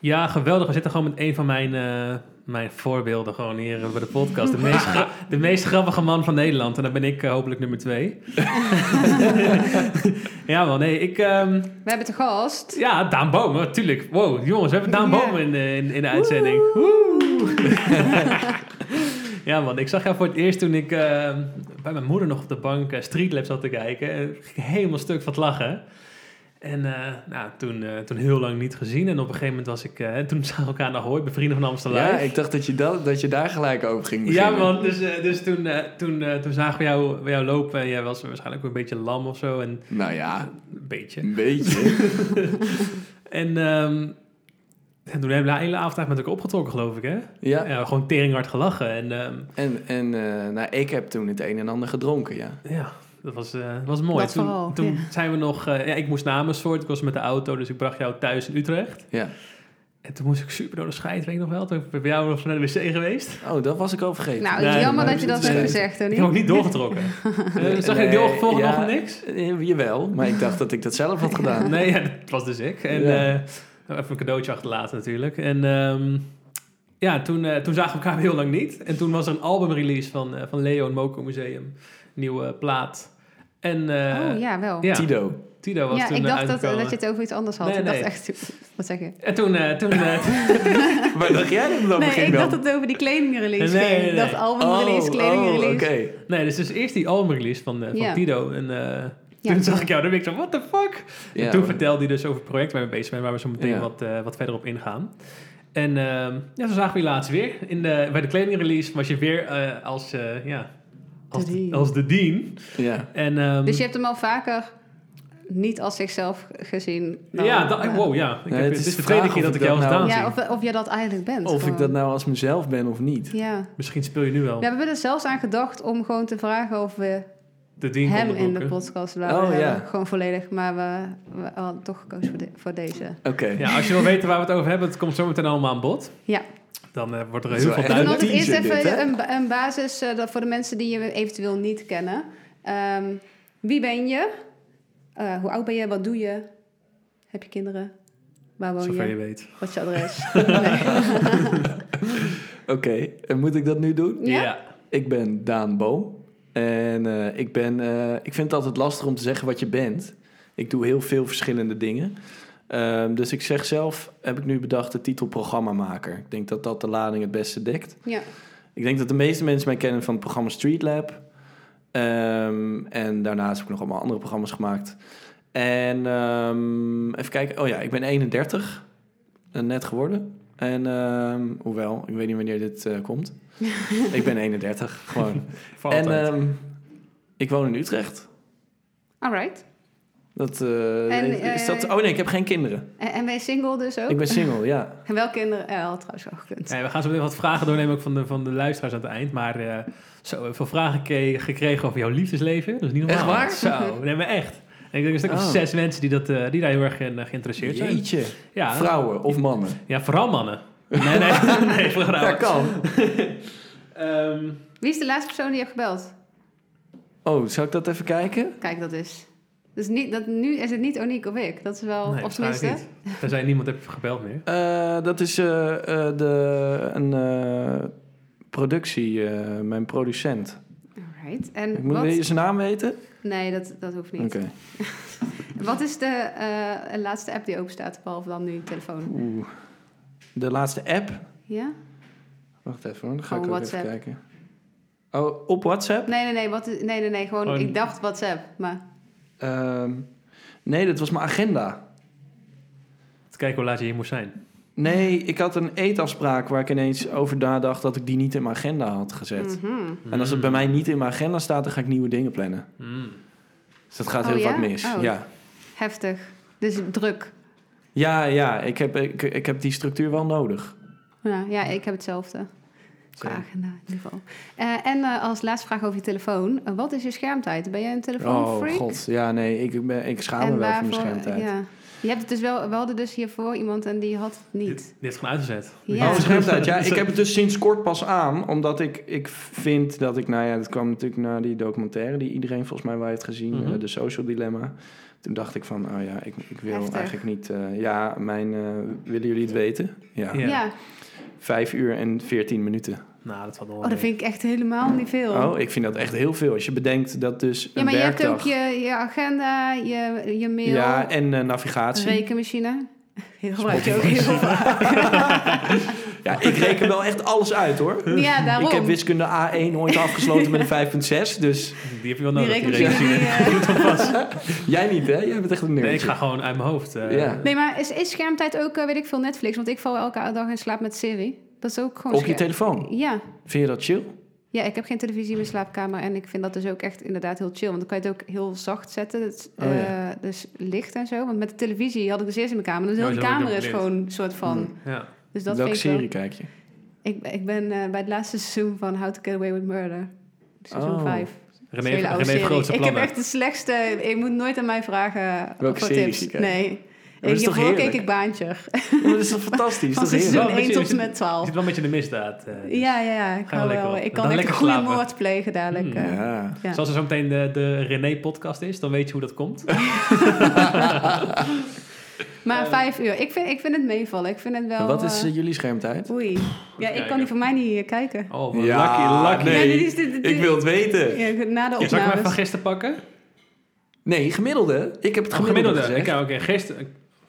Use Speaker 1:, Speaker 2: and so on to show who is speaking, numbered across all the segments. Speaker 1: Ja, geweldig. We zitten gewoon met een van mijn, eh, mijn voorbeelden gewoon hier eh, bij de podcast. De meest, gra- de meest grappige man van Nederland. En dan ben ik eh, hopelijk nummer twee. ja, wel nee. Ik, ehm,
Speaker 2: We hebben te gast.
Speaker 1: ja, Daan Boom, natuurlijk. Wow, jongens, we hebben Daan
Speaker 2: Ja.
Speaker 1: Boom in, de- in, in de uitzending. ja, man, ik zag jou voor het eerst toen ik eh, bij mijn moeder nog op de bank eh, Street Lab zat te kijken. En ik ging helemaal stuk van het lachen. En eh, nou, toen, eh, toen heel lang niet gezien. En op een gegeven moment was ik... eh, toen zagen we elkaar in Ahoy bij Vrienden van Amsterdam.
Speaker 3: Ja, ik dacht dat je, dat, dat je daar gelijk over ging
Speaker 1: Ja,
Speaker 3: beginnen.
Speaker 1: man. Dus, eh, dus toen, eh, toen, eh, toen zagen we jou, we jou lopen. En jij was waarschijnlijk ook een beetje lam of zo. En
Speaker 3: Nou ja,
Speaker 1: een beetje.
Speaker 3: een beetje.
Speaker 1: En ehm, en toen hebben we de hele avond eigenlijk met elkaar opgetrokken, geloof ik, hè?
Speaker 3: Ja,
Speaker 1: Ja, gewoon teringhard gelachen. En ehm,
Speaker 3: en, en eh, nou, ik heb toen het een en ander gedronken, ja.
Speaker 1: ja, dat was, eh, was mooi.
Speaker 2: Dat
Speaker 1: toen
Speaker 2: vooral,
Speaker 1: toen
Speaker 2: ja.
Speaker 1: zijn we nog... eh, ja, ik moest naar Amersfoort. Ik was met de auto, dus ik bracht jou thuis in Utrecht.
Speaker 3: ja.
Speaker 1: En toen moest ik super door de scheid, weet ik nog wel. Toen ben ik bij jou nog naar de wc geweest.
Speaker 3: Oh, dat was ik al vergeten.
Speaker 2: Nou,
Speaker 1: Nee,
Speaker 2: jammer
Speaker 1: nee,
Speaker 2: dat je dat
Speaker 3: nee.
Speaker 2: hebt
Speaker 1: Ik
Speaker 2: gezegd,
Speaker 1: heb ook
Speaker 2: Tony.
Speaker 1: niet doorgetrokken. Eh, zag je
Speaker 3: Nee,
Speaker 1: de volgende
Speaker 3: ja.
Speaker 1: nog niks?
Speaker 3: Eh, Jawel, maar ik dacht dat ik dat zelf had gedaan.
Speaker 1: Nee, ja, dat was dus ik. En
Speaker 3: Ja.
Speaker 1: eh, even een cadeautje achterlaten natuurlijk. En ehm, ja, toen, eh, toen zagen we elkaar heel lang niet. En toen was er een albumrelease van, eh, van Leo en Moco Museum. Nieuwe eh, plaat. En eh,
Speaker 2: oh, ja, wel.
Speaker 1: ja,
Speaker 3: Tido.
Speaker 1: Tido was
Speaker 2: Ja,
Speaker 1: toen
Speaker 2: ik
Speaker 1: eh,
Speaker 2: dacht dat, dat
Speaker 1: uitgekomen.
Speaker 2: je het over iets anders had.
Speaker 1: Nee,
Speaker 2: ik
Speaker 1: nee.
Speaker 2: dacht echt, wat zeg je?
Speaker 1: En toen... eh, toen eh,
Speaker 3: Waar dacht jij dat het over
Speaker 2: Nee,
Speaker 3: ging
Speaker 2: ik
Speaker 3: dan?
Speaker 2: dacht dat het over die kledingrelease
Speaker 1: Nee,
Speaker 2: ging.
Speaker 1: nee, nee.
Speaker 2: Dat albumrelease,
Speaker 3: oh,
Speaker 2: kledingrelease.
Speaker 3: oh, oké.
Speaker 1: nee, dus, dus eerst die albumrelease van, eh, van
Speaker 2: Ja.
Speaker 1: Tido. En eh,
Speaker 2: Ja.
Speaker 1: toen zag ik jou, dan ben ik zo, what the fuck?
Speaker 3: Ja,
Speaker 1: en toen
Speaker 3: hoor.
Speaker 1: vertelde hij dus over het project waar we bezig zijn, waar we zo meteen
Speaker 3: Ja.
Speaker 1: wat, eh, wat verder op ingaan. En ehm, ja, zo zagen we je laatst weer. In de, bij de kledingrelease was je weer eh, als, eh, ja, als,
Speaker 2: De
Speaker 1: de,
Speaker 2: dean.
Speaker 1: als de dean.
Speaker 3: Ja.
Speaker 1: En, ehm,
Speaker 2: Dus je hebt hem al vaker niet als zichzelf gezien. dan-
Speaker 1: nou, ja, da- wow, ja. Ik
Speaker 3: Ja,
Speaker 1: heb,
Speaker 3: het
Speaker 1: het
Speaker 3: is
Speaker 1: is
Speaker 3: de
Speaker 1: de tweede
Speaker 3: vraag
Speaker 1: keer
Speaker 3: of
Speaker 1: dat ik
Speaker 3: ik
Speaker 1: jou als
Speaker 3: dat
Speaker 1: Daan
Speaker 3: nou-
Speaker 1: zie.
Speaker 2: Oh, Ja, of, of je dat eigenlijk bent.
Speaker 3: Of ik
Speaker 2: gewoon.
Speaker 3: dat nou als mezelf ben of
Speaker 1: nou-
Speaker 3: niet.
Speaker 2: Ja.
Speaker 1: Misschien speel je nu wel
Speaker 2: Ja, we hebben er zelfs aan gedacht om gewoon te vragen of we
Speaker 1: de dean
Speaker 2: hem
Speaker 1: konden
Speaker 2: in de
Speaker 1: boeken.
Speaker 2: podcast laten
Speaker 3: Oh, ja.
Speaker 2: hebben. Gewoon volledig, maar we, we hadden toch gekozen voor, de- voor deze.
Speaker 3: Oké.
Speaker 1: Ja, als je wil weten waar we het over hebben, het komt zo meteen allemaal aan bod.
Speaker 2: Ja.
Speaker 1: Dan eh, wordt er
Speaker 3: Dat
Speaker 1: heel veel
Speaker 3: is wel echt
Speaker 2: En
Speaker 3: een
Speaker 2: dan
Speaker 1: duidelijk.
Speaker 2: het eerst
Speaker 3: teaser Nou, dit, hè?
Speaker 2: even een, ba- een basis eh, dat voor de mensen die je eventueel niet kennen. Ehm, wie ben je? Eh, hoe oud ben je? Wat doe je? Heb je kinderen? Waar woon
Speaker 1: Zover
Speaker 2: je?
Speaker 1: je weet.
Speaker 2: Wat is je adres? Nee.
Speaker 3: Oké, en moet ik dat nu doen?
Speaker 2: Ja?
Speaker 3: Ik ben Daan Boom. En eh, ik, ben, eh, ik vind het altijd lastig om te zeggen wat je bent. Ik doe heel veel verschillende dingen. Ehm, dus ik zeg zelf, heb ik nu bedacht, de titel programmamaker. Ik denk dat dat de lading het beste dekt.
Speaker 2: Ja.
Speaker 3: Ik denk dat de meeste mensen mij kennen van het programma Street Lab. Ehm, en daarnaast heb ik nog allemaal andere programma's gemaakt. En ehm, even kijken. Oh ja, ik ben 31. eh, Net geworden. En ehm, hoewel, ik weet niet wanneer dit eh, komt. ik ben 31, gewoon.
Speaker 1: Voor
Speaker 3: en
Speaker 1: altijd.
Speaker 3: ehm, ik woon in Utrecht.
Speaker 2: All right.
Speaker 3: Dat, eh,
Speaker 2: En,
Speaker 3: is dat,
Speaker 2: eh,
Speaker 3: oh nee, ik heb geen kinderen.
Speaker 2: En, en ben je single dus ook?
Speaker 3: Ik ben single, ja.
Speaker 2: En wel kinderen? Ja, had trouwens wel gekund.
Speaker 1: Nee, we gaan zo meteen wat vragen doornemen ook van de, van de luisteraars aan het eind. Maar eh zo veel vragen ke- gekregen over jouw liefdesleven. Dat is niet normaal.
Speaker 3: Echt waar?
Speaker 1: Zo, nee, maar echt. En ik denk een stuk
Speaker 3: Oh.
Speaker 1: of zes mensen die, dat, eh, die daar heel erg in eh, geïnteresseerd zijn.
Speaker 3: Jeetje.
Speaker 1: Ja,
Speaker 3: Vrouwen of mannen.
Speaker 1: ja, vooral mannen. Nee, nee, nee vooral
Speaker 3: Dat kan.
Speaker 1: Ehm,
Speaker 2: Wie is de laatste persoon die je hebt gebeld?
Speaker 3: Oh, zal ik dat even kijken?
Speaker 2: Kijk, dat is... Dus niet, dat, nu is het niet Oniek of ik. Dat is wel...
Speaker 1: nee,
Speaker 2: of
Speaker 1: waarschijnlijk
Speaker 2: tenminste...
Speaker 1: niet. Tenzij niemand heeft gebeld meer.
Speaker 3: Eh, dat is eh, eh, de, een eh, productie, eh, mijn producent.
Speaker 2: All right. En
Speaker 3: Ik moet
Speaker 2: wat...
Speaker 3: je zijn naam weten?
Speaker 2: Nee, dat, dat hoeft niet.
Speaker 3: Oké.
Speaker 2: Wat is de eh, laatste app die open staat, behalve dan nu je telefoon?
Speaker 3: Oeh. De laatste app.
Speaker 2: Ja?
Speaker 3: Wacht even hoor, dan ga
Speaker 2: Oh,
Speaker 3: ik ook
Speaker 2: WhatsApp.
Speaker 3: even kijken. Oh, op WhatsApp?
Speaker 2: Nee, nee, nee. Wat is, nee, nee, nee. Gewoon,
Speaker 1: Gewoon-
Speaker 2: ik dacht WhatsApp, maar...
Speaker 3: Ehm, nee, dat was mijn agenda.
Speaker 1: Te kijken hoe laat je hier moest zijn.
Speaker 3: Nee, ik had een eetafspraak waar ik ineens over nadacht dat ik die niet in mijn agenda had gezet.
Speaker 2: Mhm.
Speaker 3: En als het bij mij niet in mijn agenda staat, dan ga ik nieuwe dingen plannen.
Speaker 1: Mm.
Speaker 3: Dus dat gaat
Speaker 2: Oh,
Speaker 3: heel
Speaker 2: ja?
Speaker 3: vaak mis.
Speaker 2: Oh.
Speaker 3: Ja.
Speaker 2: Heftig. Dus druk.
Speaker 3: Ja, ja ik, heb, ik, ik heb die structuur wel nodig.
Speaker 2: Ja, ja ik heb hetzelfde.
Speaker 3: Oké.
Speaker 2: Vragen nou, in ieder geval. Eh, en eh, als laatste vraag over je telefoon. Eh, wat is je schermtijd? Ben jij een telefoonfreak?
Speaker 3: Oh god, ja nee, ik, ben, ik schaam me
Speaker 2: en
Speaker 3: wel voor
Speaker 2: waarvoor?
Speaker 3: mijn schermtijd.
Speaker 2: Ja. Je hebt het dus wel, we hadden dus hiervoor iemand en die had het
Speaker 1: Dit,
Speaker 2: niet.
Speaker 1: dit is gewoon uitgezet.
Speaker 2: Ja.
Speaker 3: Oh, schermtijd. Ja, ik heb het dus sinds kort pas aan, omdat ik, ik vind dat ik, nou ja, dat kwam natuurlijk na die documentaire die iedereen volgens mij wel heeft gezien,
Speaker 1: Mhm.
Speaker 3: eh, de Social Dilemma. Toen dacht ik van, oh ja, ik, ik wil
Speaker 2: Heftig.
Speaker 3: eigenlijk niet... eh, ja, mijn... eh, willen jullie het weten? Ja.
Speaker 1: Ja.
Speaker 2: Ja.
Speaker 3: Vijf uur en veertien minuten.
Speaker 1: Nou, dat valt nog wel
Speaker 2: Oh, dat
Speaker 1: mee.
Speaker 2: vind ik echt helemaal niet veel.
Speaker 3: Oh, ik vind dat echt heel veel. Als je bedenkt dat dus een
Speaker 2: ja, maar je hebt ook
Speaker 3: werkdag...
Speaker 2: je, je agenda, je, je mail,
Speaker 3: ja, en eh, navigatie.
Speaker 2: rekenmachine. Heel gebruik je ook heel vaak.
Speaker 3: Ja, ik reken wel echt alles uit hoor.
Speaker 2: Ja, daarom.
Speaker 3: Ik heb wiskunde A1 ooit afgesloten met een 5.6, dus
Speaker 1: Die heb je wel
Speaker 2: die
Speaker 1: nodig. die
Speaker 2: rekenmachine.
Speaker 1: rekenmachine.
Speaker 2: Die, eh,
Speaker 3: jij niet hè? Jij bent echt een nerd.
Speaker 1: Nee, ik ga gewoon uit mijn hoofd. eh,
Speaker 3: Ja.
Speaker 2: Nee, maar is, is schermtijd ook, eh, weet ik veel, Netflix? Want ik val elke dag in slaap met serie. Dat is ook gewoon...
Speaker 3: Op je
Speaker 2: scherm-
Speaker 3: telefoon.
Speaker 2: Ja.
Speaker 3: Vind je dat chill?
Speaker 2: Ja, ik heb geen televisie in mijn slaapkamer en ik vind dat dus ook echt inderdaad heel chill. Want dan kan je het ook heel zacht zetten, het,
Speaker 3: Oh, ja.
Speaker 2: eh, dus licht en zo. Want met de televisie had ik dus eerst in mijn kamer, dus heel
Speaker 1: Ja,
Speaker 2: die
Speaker 1: zo heb ik
Speaker 2: kamer
Speaker 1: ook
Speaker 2: is
Speaker 1: blind.
Speaker 2: gewoon een soort van...
Speaker 3: Hmm.
Speaker 1: ja.
Speaker 2: Dus dat
Speaker 3: Welke
Speaker 2: vind ik wel-
Speaker 3: serie kijk je?
Speaker 2: Ik, ben- ik ben eh, bij het laatste seizoen van How to Get Away with Murder. Seizoen
Speaker 3: Oh.
Speaker 2: 5.
Speaker 1: René, heeft- René heeft grootste
Speaker 2: Ik heb
Speaker 1: plannen.
Speaker 2: echt de slechtste... Je moet nooit aan mij vragen
Speaker 3: Welke
Speaker 2: voor
Speaker 3: series je
Speaker 2: tips.
Speaker 3: kijkt.
Speaker 2: Nee.
Speaker 3: dat is toch
Speaker 2: Hiervoor keek
Speaker 3: heerlijk?
Speaker 2: ik Baantje.
Speaker 3: Ja, maar dat is toch fantastisch?
Speaker 2: Van
Speaker 3: Dat is heerlijk.
Speaker 2: seizoen
Speaker 1: Wel, weet
Speaker 2: 1
Speaker 1: je,
Speaker 2: tot
Speaker 1: is
Speaker 2: en
Speaker 1: het-
Speaker 2: met 12.
Speaker 1: Je zit wel een beetje in de misdaad. eh, dus.
Speaker 2: Ja, ja, ja. Ik
Speaker 1: Ga
Speaker 2: kan,
Speaker 1: lekker
Speaker 2: wel,
Speaker 1: op.
Speaker 2: ik
Speaker 1: Dan
Speaker 2: kan echt
Speaker 1: lekker
Speaker 2: een goede
Speaker 1: slapen.
Speaker 2: moord plegen dadelijk.
Speaker 1: Mm.
Speaker 2: eh.
Speaker 3: Ja.
Speaker 2: Ja.
Speaker 1: Dus als er zo meteen de, de René-podcast is, dan weet je hoe dat komt.
Speaker 2: Maar vijf uur. Ik vind, ik vind het meevallen. Ik vind het wel...
Speaker 3: En wat is
Speaker 2: eh,
Speaker 3: eh, jullie schermtijd?
Speaker 2: oei. Ja, ik
Speaker 1: kijken.
Speaker 2: kan die voor mij niet eh, kijken.
Speaker 1: Oh, wat
Speaker 3: Ja,
Speaker 1: lucky, lucky.
Speaker 3: nee.
Speaker 2: Ja, dit is de- de-
Speaker 3: Ik wil het weten.
Speaker 2: Ja, na de
Speaker 1: Ja, zal ik hem even van
Speaker 2: opnames.
Speaker 1: gisteren pakken?
Speaker 3: Nee, gemiddelde. Ik heb het
Speaker 1: Oh, gemiddelde.
Speaker 3: gemiddelde, gezegd.
Speaker 1: Ja, oké, gisteren.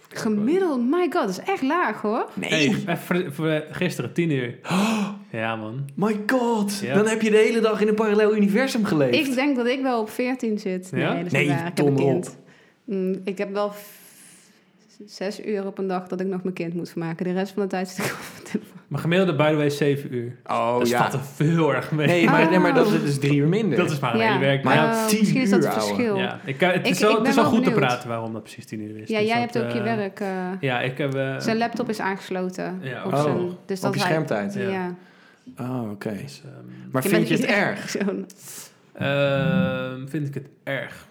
Speaker 2: Gemiddeld, my god, dat is echt laag hoor.
Speaker 1: Hey,
Speaker 3: Nee.
Speaker 1: even voor- voor, eh, gisteren, tien uur. Ja, man.
Speaker 3: My god.
Speaker 1: Ja.
Speaker 3: Dan heb je de hele dag in een parallel universum geleefd.
Speaker 2: Ik denk dat ik wel op 14 zit.
Speaker 1: Ja?
Speaker 2: Nee, dat is niet
Speaker 3: Nee,
Speaker 2: waar. Ik heb een
Speaker 3: donder
Speaker 2: kind. Mm, ik heb wel f- zes uur op een dag dat ik nog mijn kind moet vermaken. De rest van de tijd zit ik op mijn telefoon.
Speaker 1: Mijn gemiddelde, by the way, is zeven uur.
Speaker 3: Oh
Speaker 1: dat
Speaker 3: ja.
Speaker 1: valt er veel erg mee.
Speaker 3: Nee maar, nee, maar dat
Speaker 2: Ah.
Speaker 3: is dus drie uur minder.
Speaker 1: Dat is maar een
Speaker 2: Ja.
Speaker 1: hele werk.
Speaker 3: Maar
Speaker 1: Maar
Speaker 3: ja,
Speaker 2: Oh,
Speaker 3: tien
Speaker 2: misschien is dat
Speaker 3: uur,
Speaker 2: het
Speaker 3: ouwe.
Speaker 2: verschil. Ja,
Speaker 1: ja, ik, kan- het
Speaker 2: Ik-
Speaker 1: is wel,
Speaker 2: ik
Speaker 1: het
Speaker 2: ben
Speaker 1: is wel
Speaker 2: wel
Speaker 1: goed te
Speaker 2: benieuwd.
Speaker 1: praten waarom dat precies tien uur is. Dus
Speaker 2: jij
Speaker 1: dat,
Speaker 2: hebt ook je
Speaker 1: eh,
Speaker 2: werk. eh,
Speaker 1: Ja, ik heb... eh,
Speaker 2: zijn laptop is aangesloten.
Speaker 1: Ja,
Speaker 2: op
Speaker 1: oh,
Speaker 2: zijn, dus
Speaker 3: op
Speaker 2: dat hij-
Speaker 3: je schermtijd.
Speaker 1: Ja.
Speaker 2: Ja.
Speaker 3: Oh, oké.
Speaker 1: dus, ehm,
Speaker 3: Maar
Speaker 2: Je bent
Speaker 3: vind je het
Speaker 2: niet
Speaker 3: erg?
Speaker 2: Zo'n-
Speaker 1: Ehm, vind ik het erg.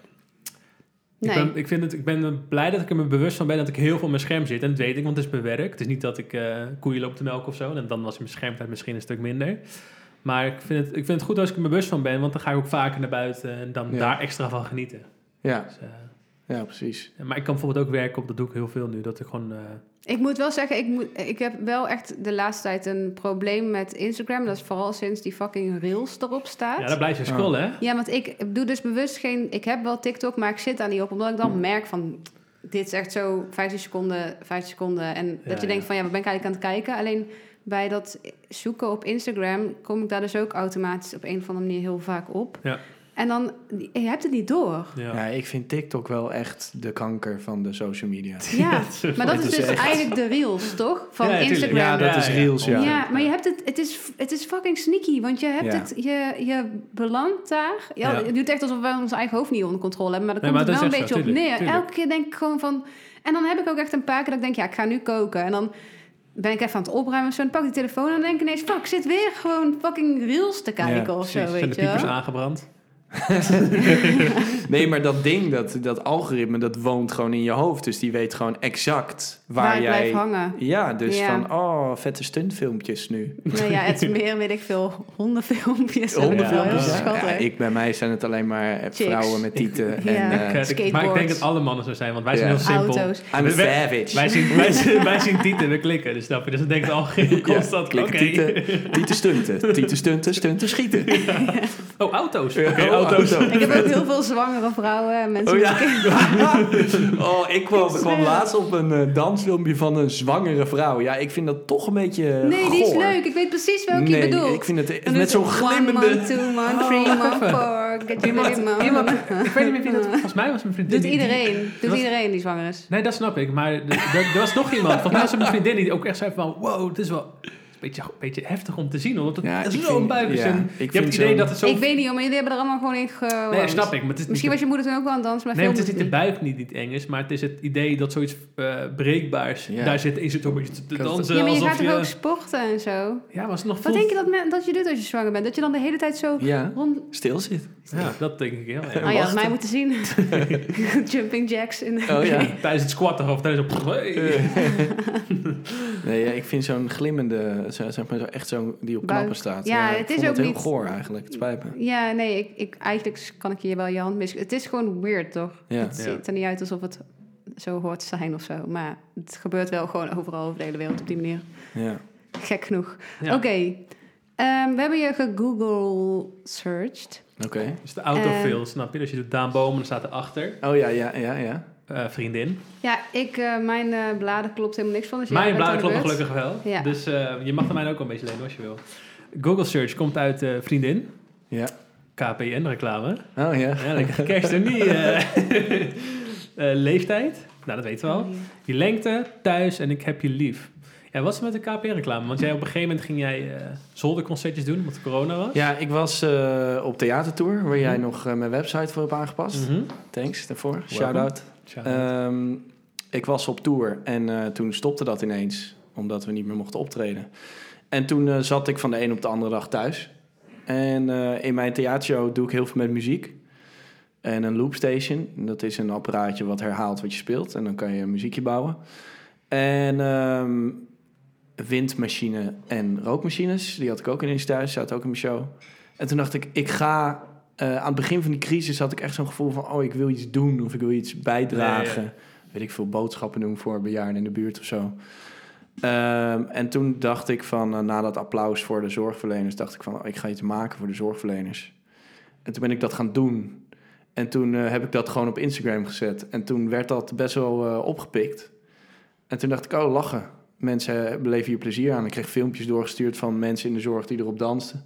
Speaker 1: Ik,
Speaker 2: Nee.
Speaker 1: ben, ik, vind het, ik ben blij dat ik er me bewust van ben dat ik heel veel op mijn scherm zit. En dat weet ik, want het is mijn werk. Het is niet dat ik eh, koeien loop te melken of zo. En dan was mijn schermtijd misschien een stuk minder. Maar ik vind, het, ik vind het goed als ik er me bewust van ben, want dan ga ik ook vaker naar buiten en dan
Speaker 3: Ja.
Speaker 1: daar extra van genieten.
Speaker 3: Ja,
Speaker 1: Dus, eh,
Speaker 3: ja, precies.
Speaker 1: maar ik kan bijvoorbeeld ook werken op, dat doe ik heel veel nu. Dat ik gewoon. eh,
Speaker 2: Ik moet wel zeggen, ik, moet, ik heb wel echt de laatste tijd een probleem met Instagram. Dat is vooral sinds die fucking reels erop staat.
Speaker 1: ja, daar blijf je scrollen,
Speaker 3: Oh.
Speaker 1: hè?
Speaker 2: Ja, want ik doe dus bewust geen... Ik heb wel TikTok, maar ik zit daar niet op. Omdat ik
Speaker 1: Hmm.
Speaker 2: dan merk van... Dit is echt zo 15 seconden, 15 seconden. En dat
Speaker 1: Ja,
Speaker 2: je denkt
Speaker 1: ja.
Speaker 2: van... Ja, wat ben ik eigenlijk aan het kijken? Alleen bij dat zoeken op Instagram... kom ik daar dus ook automatisch op een of andere manier heel vaak op.
Speaker 1: Ja.
Speaker 2: En dan... Je hebt het niet door.
Speaker 1: Ja.
Speaker 3: Ja. ik vind TikTok wel echt de kanker van de social media.
Speaker 2: Ja,
Speaker 1: wel
Speaker 2: maar dat is
Speaker 3: te
Speaker 2: dus
Speaker 3: zeggen.
Speaker 2: eigenlijk de reels, toch? Van
Speaker 1: Ja, tuurlijk.
Speaker 2: Instagram.
Speaker 3: Ja, dat is reels, ja.
Speaker 2: Ja, maar je hebt het, het is, het is fucking sneaky, want je hebt
Speaker 3: Ja.
Speaker 2: het, je, je belandt daar. Ja,
Speaker 1: Ja.
Speaker 2: Het doet echt alsof wij ons eigen hoofd niet onder controle hebben, maar daar
Speaker 1: Nee,
Speaker 2: komt
Speaker 1: maar
Speaker 2: het
Speaker 1: dat
Speaker 2: wel een
Speaker 1: is
Speaker 2: beetje
Speaker 1: echt
Speaker 2: op
Speaker 1: zo,
Speaker 2: neer.
Speaker 1: tuurlijk, tuurlijk.
Speaker 2: Elke keer denk ik gewoon van, en dan heb ik ook echt een paar keer dat ik denk, ja, ik ga nu koken. En dan ben ik even aan het opruimen of zo, en pak die telefoon en dan denk ik ineens, fuck, ik zit weer gewoon fucking reels te kijken of zo,
Speaker 1: Precies. Zijn
Speaker 2: weet
Speaker 1: de
Speaker 2: je wel.
Speaker 1: piepers aangebrand?
Speaker 3: Nee, maar dat ding, dat, dat algoritme, dat woont gewoon in je hoofd. Dus die weet gewoon exact waar,
Speaker 2: Waar ik
Speaker 3: jij...
Speaker 2: blijf hangen.
Speaker 3: Ja, dus
Speaker 2: Ja.
Speaker 3: van, oh, vette stuntfilmpjes nu.
Speaker 2: Nou ja, het is meer, weet ik veel, hondenfilmpjes. en
Speaker 3: Hondenfilmpjes.
Speaker 2: zo,
Speaker 1: Ja,
Speaker 3: Ja,
Speaker 2: schattig.
Speaker 3: ik, bij mij zijn het alleen maar eh,
Speaker 2: Chicks.
Speaker 3: vrouwen met tieten. En,
Speaker 2: Ja.
Speaker 1: Ik, eh,
Speaker 3: eh,
Speaker 1: ik- maar ik denk
Speaker 2: skateboards.
Speaker 1: dat alle mannen zo zijn, want wij
Speaker 3: Ja.
Speaker 1: zijn heel simpel.
Speaker 2: Auto's.
Speaker 3: I'm
Speaker 1: We- we-
Speaker 3: savage.
Speaker 1: Wij zien, wij, zien, wij zien tieten, we klikken, dus snap je? Dus dan denkt al
Speaker 3: Ja,
Speaker 1: constant, oké.
Speaker 3: klikken, tieten, tieten stunten, tieten stunten, stunten schieten.
Speaker 1: Oh, auto's. Oké,
Speaker 3: Ja, oh,
Speaker 1: auto's.
Speaker 3: auto.
Speaker 2: Ik heb ook heel veel zwangere vrouwen en mensen
Speaker 3: Oh
Speaker 2: met
Speaker 3: ja. oh, ik kwam, kwam laatst op een eh, dansfilmpje van een zwangere vrouw. Ja, ik vind dat toch een beetje. eh,
Speaker 2: Nee, die is
Speaker 3: goor.
Speaker 2: leuk. Ik weet precies welke
Speaker 3: nee,
Speaker 2: je bedoelt.
Speaker 3: Ik vind het
Speaker 2: Dan
Speaker 3: met
Speaker 2: is het
Speaker 3: zo'n
Speaker 2: One
Speaker 3: glimmende. Oh,
Speaker 2: man, two man, three man, four. Get your
Speaker 1: Iemand-
Speaker 2: baby mom.
Speaker 1: iemand- Ik weet niet meer wie dat... Volgens mij was mijn vriendin...
Speaker 2: Doet
Speaker 1: die- die-
Speaker 2: iedereen. Doet
Speaker 1: was-
Speaker 2: iedereen die zwanger is.
Speaker 1: Nee, dat snap ik, maar d- d- er was nog iemand. Volgens mij was het mijn vriendin die ook echt zei van... Wow, dit is wel een beetje, een beetje heftig om te zien, omdat het
Speaker 3: Ja, ik
Speaker 1: zo'n
Speaker 3: vind-
Speaker 1: buik is.
Speaker 3: ja,
Speaker 1: en
Speaker 3: ik
Speaker 1: je
Speaker 3: vind
Speaker 1: hebt het idee
Speaker 3: zo'n-
Speaker 1: dat het zo...
Speaker 2: Ik weet niet, hoor, maar jullie hebben er allemaal gewoon in gewoond.
Speaker 1: nee, snap ik, maar het is
Speaker 2: Misschien was
Speaker 1: niet...
Speaker 2: je moeder toen ook wel aan het dansen, maar
Speaker 1: Nee,
Speaker 2: veel
Speaker 1: want het is niet de
Speaker 2: niet.
Speaker 1: buik niet, niet eng is, maar het is het idee dat zoiets eh, breekbaars...
Speaker 3: Ja.
Speaker 1: Daar zit, is het ook een beetje te
Speaker 3: Kan het-
Speaker 1: dansen
Speaker 2: Ja, maar je
Speaker 1: alsof
Speaker 2: gaat toch ook sporten en zo?
Speaker 1: Ja, maar het is nog
Speaker 2: Wat
Speaker 1: vol...
Speaker 2: denk je dat, men- dat je doet als je zwanger bent? Dat je dan de hele tijd zo
Speaker 3: Ja,
Speaker 2: rond...
Speaker 3: stil zit.
Speaker 1: Ja, dat denk ik heel
Speaker 2: Oh
Speaker 1: erg.
Speaker 2: ja, had
Speaker 3: wachten.
Speaker 2: mij moeten zien. Jumping jacks. In
Speaker 3: Oh ja. Eh.
Speaker 1: Tijdens het squatten of tijdens het...
Speaker 3: nee, ja, ik vind zo'n glimmende, zo, zeg maar zo, echt zo'n die op
Speaker 2: Buik.
Speaker 3: knappen staat.
Speaker 2: Ja,
Speaker 3: ik
Speaker 2: het
Speaker 3: vond
Speaker 2: is ook
Speaker 3: heel
Speaker 2: niet-
Speaker 3: goor eigenlijk, het spijt me.
Speaker 2: Ja, nee, ik, ik, eigenlijk kan ik je wel je hand mis. Het is gewoon weird, toch?
Speaker 3: Ja.
Speaker 2: Het
Speaker 1: Ja.
Speaker 2: ziet er niet uit alsof het zo hoort te zijn of zo. Maar het gebeurt wel gewoon overal over de hele wereld op die manier.
Speaker 3: Ja.
Speaker 2: Gek genoeg.
Speaker 1: Ja.
Speaker 2: Oké. Ehm, we hebben je gegoogle searched.
Speaker 3: Oké.
Speaker 1: Dus de
Speaker 2: Eh.
Speaker 1: autofill, snap je? Dus je doet Daan Bomen, dan staat erachter.
Speaker 3: Oh ja, ja, ja, ja.
Speaker 1: eh vriendin.
Speaker 2: Ja, ik, eh, mijn eh, bladen klopt helemaal niks van. Dus jij
Speaker 1: Mijn
Speaker 2: bent
Speaker 1: bladen
Speaker 2: aan de
Speaker 1: kloppen
Speaker 2: beurt.
Speaker 1: gelukkig wel.
Speaker 2: Ja.
Speaker 1: Dus eh, je mag er mij ook wel een beetje lenen als je wil. Google Search komt uit eh, Vriendin.
Speaker 3: Ja.
Speaker 1: KPN-reclame.
Speaker 3: Oh ja.
Speaker 1: Ja, lekker kerst en niet. eh. Eh, leeftijd. Nou, dat weten we al. Je lengte, thuis en ik heb je lief. Ja, wat is er met de KPN-reclame? Want jij op een gegeven moment ging jij eh, zolderconcertjes doen, omdat het corona was.
Speaker 3: Ja, ik was eh, op theatertour, waar jij
Speaker 1: Mhm.
Speaker 3: nog eh, mijn website voor hebt aangepast.
Speaker 1: Mhm.
Speaker 3: Thanks daarvoor. Shout-out.
Speaker 1: Tja.
Speaker 3: Ehm, ik was op tour en eh, toen stopte dat ineens, omdat we niet meer mochten optreden. En toen eh, zat ik van de een op de andere dag thuis. En eh, in mijn theatershow doe ik heel veel met muziek. En een loopstation, dat is een apparaatje wat herhaalt wat je speelt. En dan kan je een muziekje bouwen. En ehm, windmachine en rookmachines, die had ik ook ineens thuis, zaten ook in mijn show. En toen dacht ik, ik ga... eh, aan het begin van die crisis had ik echt zo'n gevoel van... oh, ik wil iets doen of ik wil iets bijdragen. Weet ik veel, boodschappen doen voor bejaarden in de buurt of zo. Ehm, en toen dacht ik van, eh, na dat applaus voor de zorgverleners... dacht ik van, oh, ik ga iets maken voor de zorgverleners. En toen ben ik dat gaan doen. En toen eh, heb ik dat gewoon op Instagram gezet. En toen werd dat best wel eh, opgepikt. En toen dacht ik, oh, lachen. Mensen eh, beleven hier plezier aan. Ik kreeg filmpjes doorgestuurd van mensen in de zorg die erop dansten.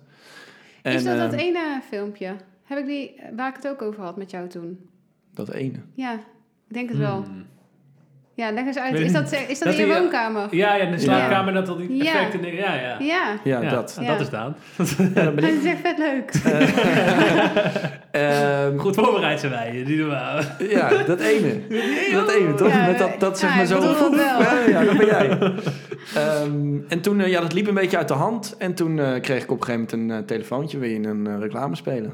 Speaker 2: Is dat dat
Speaker 3: ehm,
Speaker 2: ene filmpje? Heb ik die, waar ik het ook over had met jou toen?
Speaker 3: Dat ene.
Speaker 2: Ja, ik denk het wel.
Speaker 1: Hmm.
Speaker 2: Ja, leg eens uit.
Speaker 1: Weet
Speaker 2: Is
Speaker 1: ik
Speaker 2: dat, is dat,
Speaker 1: Dat
Speaker 2: in je
Speaker 1: die-
Speaker 2: woonkamer?
Speaker 1: Ja, ja, in de
Speaker 3: Ja.
Speaker 1: slaapkamer dat al die
Speaker 2: Ja.
Speaker 1: effecten... dingen- Ja, ja.
Speaker 2: Ja,
Speaker 3: eh, Ja, dat.
Speaker 1: Ah,
Speaker 2: Ja.
Speaker 1: Dat is Daan.
Speaker 3: Ja, dat ben
Speaker 2: dat
Speaker 3: ik.
Speaker 2: is echt vet leuk.
Speaker 3: Ehm,
Speaker 1: Goed voorbereid zijn wij. Die doen we.
Speaker 3: ja, dat ene. Dat ene, toch?
Speaker 2: Ja,
Speaker 3: Met dat, dat
Speaker 2: ja,
Speaker 3: zeg maar
Speaker 2: ik
Speaker 3: zo.
Speaker 2: bedoel dat wel.
Speaker 3: Ja, ja, dat ben jij. Ehm, en toen, eh, ja, dat liep een beetje uit de hand. En toen eh, kreeg ik op een gegeven moment een eh, telefoontje. Wil je in een eh, reclame spelen?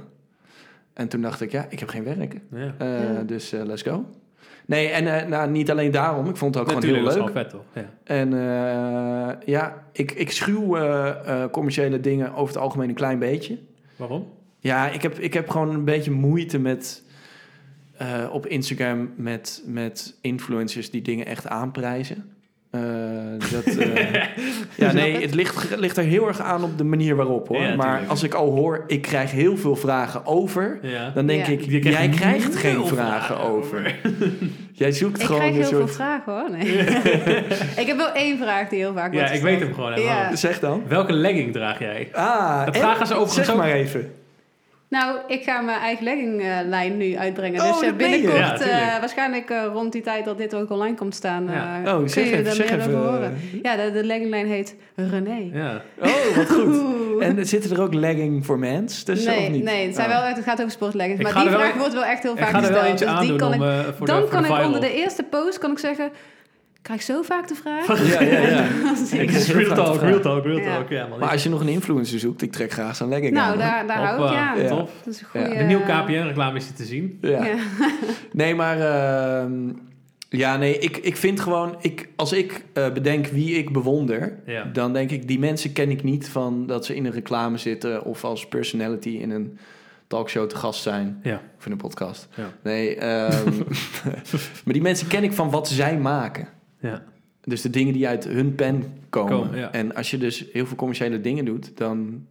Speaker 3: En toen dacht ik, ja, ik heb geen werk.
Speaker 1: Ja.
Speaker 3: Eh,
Speaker 2: Ja.
Speaker 3: Dus eh, let's go. Nee, en eh, nou, niet alleen daarom. Ik vond het ook
Speaker 1: Natuurlijk, dat is
Speaker 3: gewoon heel leuk.
Speaker 1: gewoon vet, toch? Ja.
Speaker 3: En eh, ja, ik, ik schuw eh, eh, commerciële dingen over het algemeen een klein beetje.
Speaker 1: Waarom?
Speaker 3: Ja, ik heb, ik heb gewoon een beetje moeite met eh, op Instagram met, met influencers die dingen echt aanprijzen. Eh, dat, eh, ja, nee, het ligt, ligt er heel erg aan op de manier waarop hoor.
Speaker 1: Ja,
Speaker 3: maar
Speaker 1: tuurlijk.
Speaker 3: als ik al hoor, ik krijg heel veel vragen over,
Speaker 1: Ja.
Speaker 3: dan denk
Speaker 2: Ja.
Speaker 3: ik,
Speaker 1: Je krijgt
Speaker 3: jij krijgt
Speaker 1: nul
Speaker 3: geen vragen
Speaker 1: vragen
Speaker 3: over. Jij zoekt
Speaker 2: Ik
Speaker 3: gewoon
Speaker 2: krijg heel
Speaker 3: een
Speaker 2: veel
Speaker 3: soort.
Speaker 2: vragen hoor. Nee. ik heb wel één vraag die heel vaak
Speaker 1: Ja,
Speaker 2: wordt
Speaker 1: ik
Speaker 2: gesteld.
Speaker 1: weet hem gewoon helemaal.
Speaker 2: Ja.
Speaker 3: Zeg dan.
Speaker 1: Welke legging draag jij?
Speaker 3: Ah,
Speaker 1: Dat
Speaker 3: en-
Speaker 1: vragen ze overigens
Speaker 3: Zeg
Speaker 1: ook.
Speaker 3: maar even.
Speaker 2: Nou, ik ga mijn eigen legginglijn nu uitbrengen.
Speaker 3: Oh,
Speaker 2: dus eh,
Speaker 3: dat meen je?
Speaker 2: binnenkort,
Speaker 1: Ja, tuurlijk.
Speaker 2: eh, waarschijnlijk eh, rond die tijd dat dit ook online komt staan, eh,
Speaker 1: Ja.
Speaker 3: Oh,
Speaker 2: kun
Speaker 3: zeg
Speaker 2: je
Speaker 3: even,
Speaker 2: daar
Speaker 3: zeg
Speaker 2: meer
Speaker 3: even.
Speaker 2: over horen. Ja, de, de legginglijn heet René.
Speaker 1: eh, Ja.
Speaker 3: Oh, wat goed.
Speaker 2: Oeh.
Speaker 3: En zitten er ook legging voor mens tussen
Speaker 2: nee,
Speaker 3: of niet?
Speaker 2: nee het, zijn
Speaker 3: Oh.
Speaker 2: wel, het gaat over sportleggings.
Speaker 1: Ik
Speaker 2: Maar
Speaker 1: ga
Speaker 2: die
Speaker 1: er wel
Speaker 2: vraag
Speaker 1: een-
Speaker 2: wordt wel echt heel
Speaker 1: Ik
Speaker 2: vaak
Speaker 1: ga er
Speaker 2: gesteld.
Speaker 1: wel eentje
Speaker 2: dus die
Speaker 1: aandoen
Speaker 2: kan
Speaker 1: om,
Speaker 2: ik,
Speaker 1: eh, voor de,
Speaker 2: dan
Speaker 1: voor
Speaker 2: kan
Speaker 1: de
Speaker 2: ik
Speaker 1: viral.
Speaker 2: onder de eerste post kan ik zeggen... Ik krijg zo vaak de vraag.
Speaker 3: Ja, ja, ja.
Speaker 2: Als ik-
Speaker 1: Het is real
Speaker 3: vraag.
Speaker 1: talk, real talk, real
Speaker 2: Ja.
Speaker 1: talk. Ja, man.
Speaker 3: Maar als je nog een influencer zoekt, ik trek graag zo'n legging aan.
Speaker 2: nou,
Speaker 3: hoor.
Speaker 2: daar, daar hou ik
Speaker 1: Hoppa.
Speaker 2: je aan.
Speaker 3: Ja.
Speaker 1: Top.
Speaker 2: Dat is een goede...
Speaker 3: Ja.
Speaker 1: De nieuwe KPN-reclame is hier te zien.
Speaker 3: Ja.
Speaker 2: Ja.
Speaker 3: Nee, maar... ehm, ja, nee, ik, ik vind gewoon... Ik, als ik eh, bedenk wie ik bewonder...
Speaker 1: Ja.
Speaker 3: dan denk ik, die mensen ken ik niet van dat ze in een reclame zitten... of als personality in een talkshow te gast zijn.
Speaker 1: Ja.
Speaker 3: Of in een podcast.
Speaker 1: Ja.
Speaker 3: Nee, ehm, maar die mensen ken ik van wat zij maken.
Speaker 1: Ja.
Speaker 3: Dus de dingen die uit hun pen komen.
Speaker 1: Komen, ja.
Speaker 3: En als je dus heel veel commerciële dingen doet, dan...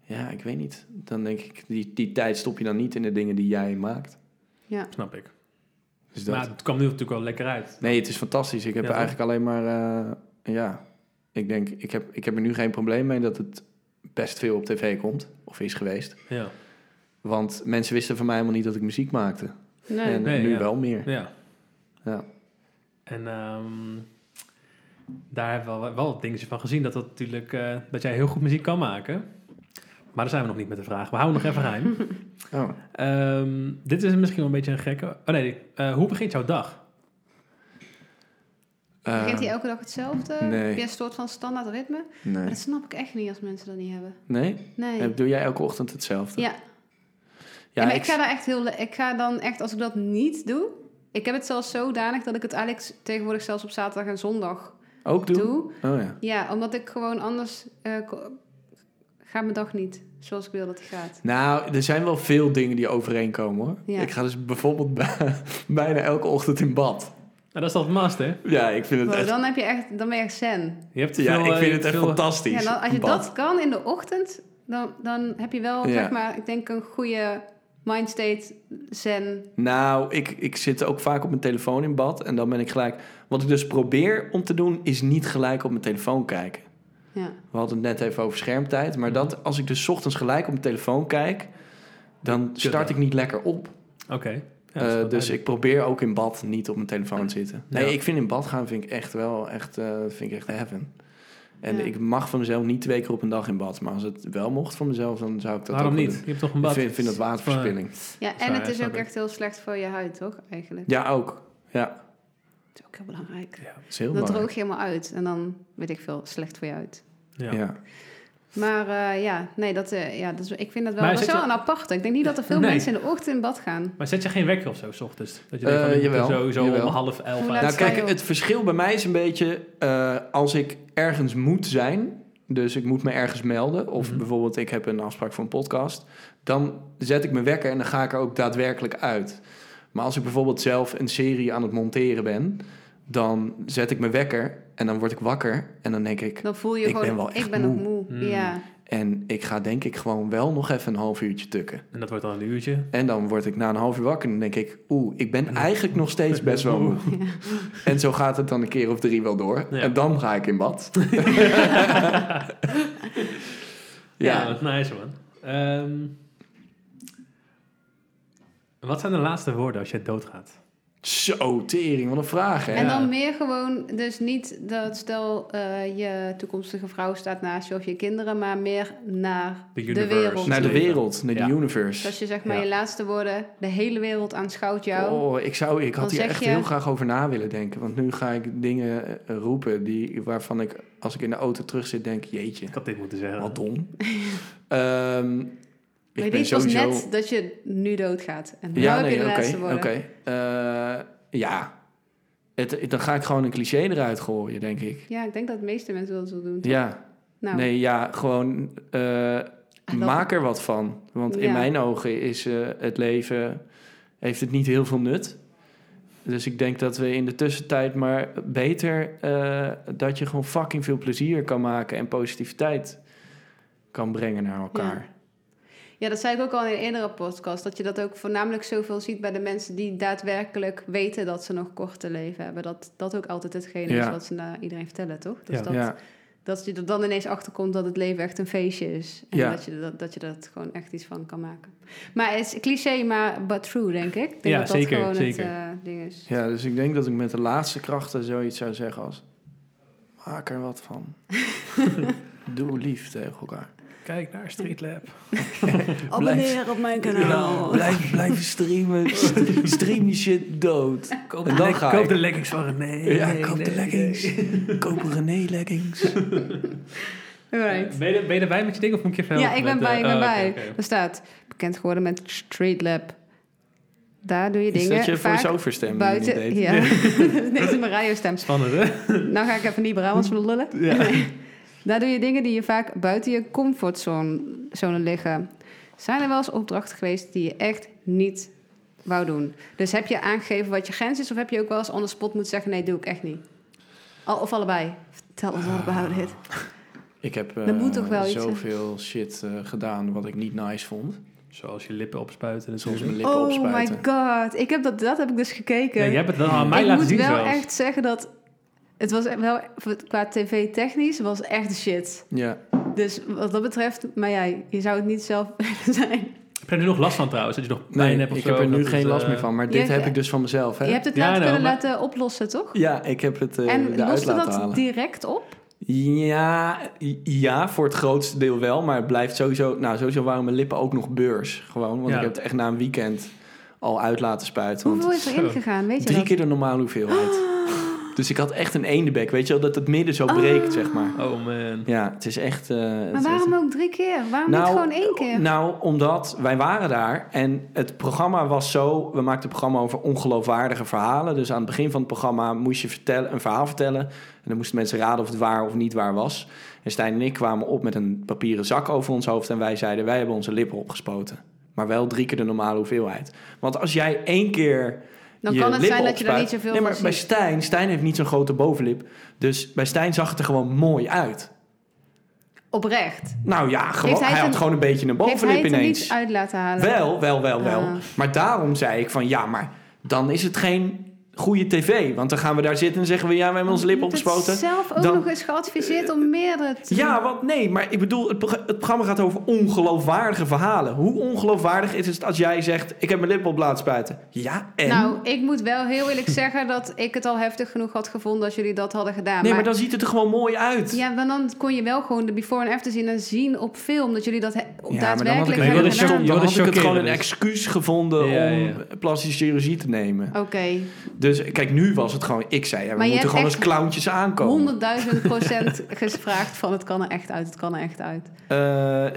Speaker 3: Ja, ik weet niet. Dan denk ik, die, die tijd stop je dan niet in de dingen die jij maakt.
Speaker 2: ja.
Speaker 1: Snap ik.
Speaker 3: Dus dat...
Speaker 1: Maar het kwam nu natuurlijk wel lekker uit.
Speaker 3: Nee, het is fantastisch. Ik heb
Speaker 1: Ja, toch?
Speaker 3: eigenlijk alleen maar... eh, ja, ik denk, ik heb, ik heb er nu geen probleem mee dat het best veel op tv komt. Of is geweest.
Speaker 1: Ja.
Speaker 3: Want mensen wisten van mij helemaal niet dat ik muziek maakte.
Speaker 2: Nee.
Speaker 3: en
Speaker 1: Nee,
Speaker 3: nu
Speaker 1: ja.
Speaker 3: wel meer.
Speaker 1: ja.
Speaker 3: Ja.
Speaker 1: En ehm, daar hebben we wel, wel wat dingetjes van gezien. Dat, dat, natuurlijk, eh, dat jij heel goed muziek kan maken. Maar daar zijn we nog niet met de vraag. We houden nog even geheim.
Speaker 3: Oh.
Speaker 1: Ehm, dit is misschien wel een beetje een gekke. Oh nee, eh, hoe begint jouw dag?
Speaker 3: Eh,
Speaker 2: Begint hij elke dag hetzelfde?
Speaker 3: nee.
Speaker 2: Heb je een soort van standaard ritme? Maar
Speaker 3: Nee.
Speaker 2: dat snap ik echt niet als mensen dat niet hebben.
Speaker 3: Nee?
Speaker 2: Oh,
Speaker 3: Eh,
Speaker 2: Nee.
Speaker 3: Doe jij elke ochtend hetzelfde?
Speaker 2: Ja, Ja, maar ik, ga daar echt heel. le- Ik ga dan echt, als ik dat niet doe. Ik heb het zelfs zodanig dat ik het eigenlijk tegenwoordig zelfs op zaterdag en zondag
Speaker 3: ook doen.
Speaker 2: doe.
Speaker 3: Oh ja.
Speaker 2: Ja, omdat ik gewoon anders. eh, ko- gaat mijn dag niet zoals ik wil dat die gaat.
Speaker 3: Nou, er zijn wel veel dingen die overeenkomen hoor.
Speaker 2: Ja.
Speaker 3: Ik ga dus bijvoorbeeld bij- bijna elke ochtend in bad.
Speaker 1: Nou, dat is dat must, hè?
Speaker 3: Ja, ik vind het
Speaker 2: Wow,
Speaker 3: echt,
Speaker 2: dan, heb je echt, dan ben je echt zen.
Speaker 1: Je hebt
Speaker 3: ja,
Speaker 1: veel,
Speaker 3: ik
Speaker 1: eh,
Speaker 3: vind het echt
Speaker 1: veel-
Speaker 3: fantastisch.
Speaker 2: Ja, dan, als je
Speaker 3: bad.
Speaker 2: dat kan in de ochtend, dan, dan heb je wel,
Speaker 3: Ja.
Speaker 2: zeg maar, ik denk een goede mindstate zen.
Speaker 3: Nou, ik, ik zit ook vaak op mijn telefoon in bad en dan ben ik gelijk... Wat ik dus probeer om te doen, is niet gelijk op mijn telefoon kijken.
Speaker 2: Ja.
Speaker 3: We hadden het net even over schermtijd. Maar
Speaker 1: Mhm.
Speaker 3: dat, als ik dus 's ochtends gelijk op mijn telefoon kijk, dan start ik niet lekker op.
Speaker 1: Oké. Ja, dat is
Speaker 3: Eh,
Speaker 1: wel
Speaker 3: dus
Speaker 1: duidelijk.
Speaker 3: ik probeer ook in bad niet op mijn telefoon te zitten. Nee,
Speaker 1: Ja.
Speaker 3: ik vind in bad gaan vind ik echt wel echt, eh, vind ik echt heaven. En
Speaker 2: Ja.
Speaker 3: ik mag van mezelf niet twee keer op een dag in bad. Maar als het wel mocht van mezelf, dan zou ik dat
Speaker 1: Waarom
Speaker 3: ook wel
Speaker 1: niet?
Speaker 3: doen.
Speaker 1: Je hebt toch een
Speaker 3: Ik
Speaker 1: bad?
Speaker 3: vind, vind dat waterverspilling.
Speaker 2: ja, en
Speaker 1: Sorry,
Speaker 2: het is
Speaker 1: snap
Speaker 2: ook
Speaker 1: ik.
Speaker 2: echt heel slecht voor je huid, toch? Eigenlijk.
Speaker 3: Ja, ook. Ja,
Speaker 2: Dat is ook heel belangrijk.
Speaker 1: Ja.
Speaker 3: dat is heel
Speaker 2: Dan
Speaker 3: belangrijk.
Speaker 2: droog je helemaal uit en dan weet ik veel, slecht voor je huid.
Speaker 1: Ja.
Speaker 3: Ja.
Speaker 2: Maar eh, ja, nee, dat, eh, ja, dus ik vind dat wel,
Speaker 1: Maar
Speaker 2: dat is
Speaker 1: zit
Speaker 2: wel
Speaker 1: je-
Speaker 2: een aparte. Ik denk niet dat er veel
Speaker 1: Nee.
Speaker 2: mensen in de ochtend in bad gaan.
Speaker 1: Maar zet je geen wekker of zo, 's ochtends? Dat je
Speaker 3: Eh,
Speaker 1: denkt, van, ik moet er
Speaker 3: jawel,
Speaker 1: sowieso
Speaker 3: jawel.
Speaker 1: om half elf uit.
Speaker 2: Hoe laat-
Speaker 3: Nou,
Speaker 2: sta je
Speaker 3: kijk,
Speaker 2: op?
Speaker 3: het verschil bij mij is een beetje eh, als ik ergens moet zijn, dus ik moet me ergens melden, of
Speaker 1: Mhm.
Speaker 3: bijvoorbeeld ik heb een afspraak voor een podcast, dan zet ik mijn wekker en dan ga ik er ook daadwerkelijk uit. Maar als ik bijvoorbeeld zelf een serie aan het monteren ben, dan zet ik mijn wekker en dan word ik wakker en dan denk ik,
Speaker 2: Dan voel je
Speaker 3: Ik
Speaker 2: gewoon,
Speaker 3: ben wel echt
Speaker 2: ik ben nog
Speaker 3: moe.
Speaker 2: moe.
Speaker 1: Hmm.
Speaker 2: Ja.
Speaker 3: en ik ga denk ik gewoon wel nog even een half uurtje tukken.
Speaker 1: En dat wordt dan een uurtje.
Speaker 3: En dan word ik na een half uur wakker en dan denk ik, oeh, ik ben eigenlijk nog steeds best wel moe.
Speaker 2: Ja.
Speaker 3: En zo gaat het dan een keer of drie wel door.
Speaker 1: Ja.
Speaker 3: En dan ga ik in bad.
Speaker 1: Ja,
Speaker 3: ja.
Speaker 1: dat is nice man. Ehm, wat zijn de laatste woorden als je doodgaat?
Speaker 3: Zo, tering, wat een vraag, hè?
Speaker 2: En dan meer gewoon, dus niet dat stel eh, je toekomstige vrouw staat naast je of je kinderen, maar meer naar
Speaker 1: The
Speaker 2: de,
Speaker 1: universe.
Speaker 2: wereld.
Speaker 3: naar de
Speaker 1: leven.
Speaker 3: wereld, naar
Speaker 1: Ja.
Speaker 3: de universe.
Speaker 2: Dat je zeg maar
Speaker 1: Ja.
Speaker 2: je laatste woorden, de hele wereld aanschouwt jou.
Speaker 3: Oh, ik, zou, ik
Speaker 2: Dan
Speaker 3: had hier
Speaker 2: zeg
Speaker 3: echt
Speaker 2: je-
Speaker 3: heel graag over na willen denken. Want nu ga ik dingen eh, roepen die, waarvan ik, als ik in de auto terug zit, denk... Jeetje,
Speaker 1: Ik had dit moeten zeggen.
Speaker 3: wat dom. Ehm,
Speaker 2: maar
Speaker 3: ik
Speaker 2: dit
Speaker 3: ben
Speaker 2: was
Speaker 3: sowieso...
Speaker 2: net dat je nu doodgaat. En nu
Speaker 3: Ja,
Speaker 2: heb
Speaker 3: nee,
Speaker 2: je de
Speaker 3: oké.
Speaker 2: laatste woorden.
Speaker 3: oké. Eh, ja, het, het- dan ga ik gewoon een cliché eruit gooien, denk ik.
Speaker 2: Ja, ik denk dat de meeste mensen dat zo doen. toch?
Speaker 3: Ja,
Speaker 2: Nou,
Speaker 3: nee, ja, gewoon eh,
Speaker 2: I love
Speaker 3: maak er wat van. Want in
Speaker 2: Ja.
Speaker 3: mijn ogen is eh, het leven, heeft het niet heel veel nut. Dus ik denk dat we in de tussentijd maar beter eh, dat je gewoon fucking veel plezier kan maken en positiviteit kan brengen naar elkaar.
Speaker 2: Ja, dat zei ik ook al in een eerdere podcast. Dat je dat ook voornamelijk zoveel ziet bij de mensen die daadwerkelijk weten dat ze nog kort te leven hebben. Dat dat ook altijd hetgene
Speaker 3: Ja.
Speaker 2: is wat ze naar iedereen vertellen, toch? Dus
Speaker 1: Ja.
Speaker 2: dat,
Speaker 3: ja.
Speaker 2: dat je er dan ineens achter komt dat het leven echt een feestje is. En
Speaker 3: Ja.
Speaker 2: dat, je dat, dat je dat gewoon echt iets van kan maken. Maar het is cliché, maar but true, denk ik. Ik denk
Speaker 1: Ja,
Speaker 2: dat dat
Speaker 1: zeker,
Speaker 2: gewoon
Speaker 1: zeker.
Speaker 2: het eh, ding is.
Speaker 3: ja, dus ik denk dat ik met de laatste krachten zoiets zou zeggen als... Maak er wat van. Doe lief tegen elkaar.
Speaker 1: Kijk naar Street Lab.
Speaker 3: Abonneer
Speaker 2: op mijn
Speaker 3: Blijf, blijf streamen. Stream die shit dood.
Speaker 1: Koop,
Speaker 3: En dan ga
Speaker 1: koop
Speaker 3: ik.
Speaker 1: de leggings van René.
Speaker 3: Ja,
Speaker 1: Nee,
Speaker 3: koop de
Speaker 1: nee,
Speaker 3: leggings.
Speaker 1: nee.
Speaker 3: Koop René leggings.
Speaker 2: Right.
Speaker 1: Ben, je, ben je erbij met je ding of moet ik je even
Speaker 2: Ja,
Speaker 1: helpen
Speaker 2: ik ben
Speaker 1: met, eh,
Speaker 2: bij, ik ben
Speaker 1: oh, oké,
Speaker 2: bij.
Speaker 1: oké.
Speaker 2: Er staat bekend geworden met Street Lab. Daar doe je
Speaker 3: Is
Speaker 2: dingen
Speaker 3: dat je
Speaker 2: vaak
Speaker 3: voice-over stem die je niet
Speaker 2: buiten.
Speaker 3: deed?
Speaker 2: Ja, nee, is mijn radiostem.
Speaker 1: Spannend hè?
Speaker 2: Nou ga ik even niet Brabants lullen. Nee. Daar doe je dingen die je vaak buiten je comfortzone zone liggen. Zijn er wel eens opdrachten geweest die je echt niet wou doen? Dus heb je aangegeven wat je grens is... of heb je ook wel eens on the spot moeten zeggen... nee, doe ik echt niet? Al, of allebei? Vertel ons wat behouden dit.
Speaker 3: Ik heb
Speaker 2: Dat moet toch wel
Speaker 3: eh
Speaker 2: iets, hè?
Speaker 3: zoveel shit eh, gedaan wat ik niet nice vond.
Speaker 1: Zoals je lippen opspuiten en
Speaker 3: Zoals
Speaker 1: soms...
Speaker 3: mijn lippen
Speaker 2: Oh my
Speaker 3: opspuiten.
Speaker 2: god. Ik heb dat, dat heb ik dus gekeken.
Speaker 1: Nee, jij hebt het dan aan mij
Speaker 2: ik
Speaker 1: laten zien
Speaker 2: moet wel
Speaker 1: zelfs.
Speaker 2: echt zeggen dat... Het was wel, qua tv-technisch, was echt de shit.
Speaker 3: Ja.
Speaker 2: Dus wat dat betreft, maar ja, je zou het niet zelf willen zijn.
Speaker 1: Heb je er nu nog last van trouwens? Dat je nog pijn
Speaker 3: Nee,
Speaker 1: hebt of
Speaker 3: ik
Speaker 1: zo?
Speaker 3: heb er
Speaker 1: Dat
Speaker 3: nu
Speaker 1: het,
Speaker 3: geen
Speaker 1: eh,
Speaker 3: last meer van. Maar dit
Speaker 2: je-
Speaker 3: heb ik dus van mezelf, hè?
Speaker 2: Je hebt het
Speaker 1: Ja,
Speaker 2: laten
Speaker 1: nou,
Speaker 2: kunnen
Speaker 1: maar-
Speaker 2: laten oplossen, toch?
Speaker 3: Ja, ik heb het eh
Speaker 2: en
Speaker 3: eruit
Speaker 2: loste dat
Speaker 3: laten halen.
Speaker 2: direct op?
Speaker 3: Ja, i- ja, voor het grootste deel wel. Maar het blijft sowieso... Nou, sowieso waren mijn lippen ook nog beurs. Gewoon, want
Speaker 1: Ja.
Speaker 3: ik heb het echt na een weekend al uit laten spuiten. want
Speaker 2: Hoeveel is
Speaker 1: zo.
Speaker 2: erin gegaan, weet je
Speaker 3: drie
Speaker 2: dat?
Speaker 3: keer de normale hoeveelheid. Dus ik had echt een eendebek, weet je wel, dat het midden zo breekt,
Speaker 2: Ah.
Speaker 3: zeg maar.
Speaker 1: Oh man.
Speaker 3: Ja, het is echt... eh, het
Speaker 2: Maar
Speaker 3: is-
Speaker 2: waarom ook drie keer? Waarom niet gewoon één keer?
Speaker 3: Nou, omdat wij waren daar en het programma was zo... We maakten een programma over ongeloofwaardige verhalen. Dus aan het begin van het programma moest je vertellen, een verhaal vertellen. En dan moesten mensen raden of het waar of niet waar was. En Stijn en ik kwamen op met een papieren zak over ons hoofd... en wij zeiden, wij hebben onze lippen opgespoten. Maar wel drie keer de normale hoeveelheid. Want als jij één keer...
Speaker 2: Dan
Speaker 3: je
Speaker 2: kan het
Speaker 3: lippen
Speaker 2: zijn dat je daar
Speaker 3: opspuit-
Speaker 2: niet zoveel
Speaker 3: Nee,
Speaker 2: van
Speaker 3: maar bij
Speaker 2: ziet.
Speaker 3: Stijn, Stijn heeft niet zo'n grote bovenlip. Dus bij Stijn zag het er gewoon mooi uit.
Speaker 2: Oprecht.
Speaker 3: Nou ja, gewoon,
Speaker 2: Heeft
Speaker 3: hij,
Speaker 2: hij het
Speaker 3: had
Speaker 2: een-
Speaker 3: gewoon een beetje een
Speaker 2: Heeft hij
Speaker 3: bovenlip
Speaker 2: het er
Speaker 3: ineens.
Speaker 2: niet uit laten halen?
Speaker 3: Wel, wel, wel, wel.
Speaker 2: Ah.
Speaker 3: Maar daarom zei ik van ja, maar dan is het geen goede tv. Want dan gaan we daar zitten en zeggen we ja, we hebben onze lip
Speaker 2: Je hebt het
Speaker 3: opgespoten.
Speaker 2: zelf ook
Speaker 3: Dan-
Speaker 2: nog eens geadviseerd om meerdere te
Speaker 3: Ja, want nee, maar ik bedoel, het, prog- het programma gaat over ongeloofwaardige verhalen. Hoe ongeloofwaardig is het als jij zegt: Ik heb mijn lip op laten spuiten? Ja, en.
Speaker 2: Nou, ik moet wel heel eerlijk zeggen dat ik het al heftig genoeg had gevonden als jullie dat hadden gedaan.
Speaker 3: nee, maar dan ziet het er gewoon mooi uit.
Speaker 2: Ja, want dan kon je wel gewoon de before en after zien en zien op film dat jullie dat he-
Speaker 3: Ja, maar dan had ik,
Speaker 2: daadwerkelijk
Speaker 1: het
Speaker 3: heel
Speaker 2: hebben
Speaker 1: hele
Speaker 2: gedaan.
Speaker 1: show-
Speaker 3: stom, dan
Speaker 1: Ja, dat
Speaker 3: had ik het gewoon een
Speaker 1: choqueerde dus.
Speaker 3: excuus gevonden
Speaker 1: Ja,
Speaker 3: om
Speaker 1: ja.
Speaker 3: plastische chirurgie te nemen.
Speaker 2: Oké,
Speaker 3: Dus kijk, nu was het gewoon, ik zei, ja, we
Speaker 2: Maar je
Speaker 3: moeten
Speaker 2: hebt
Speaker 3: gewoon als
Speaker 2: echt
Speaker 3: clowntjes aankomen.
Speaker 2: honderdduizend procent gevraagd van het kan er echt uit, het kan er echt uit.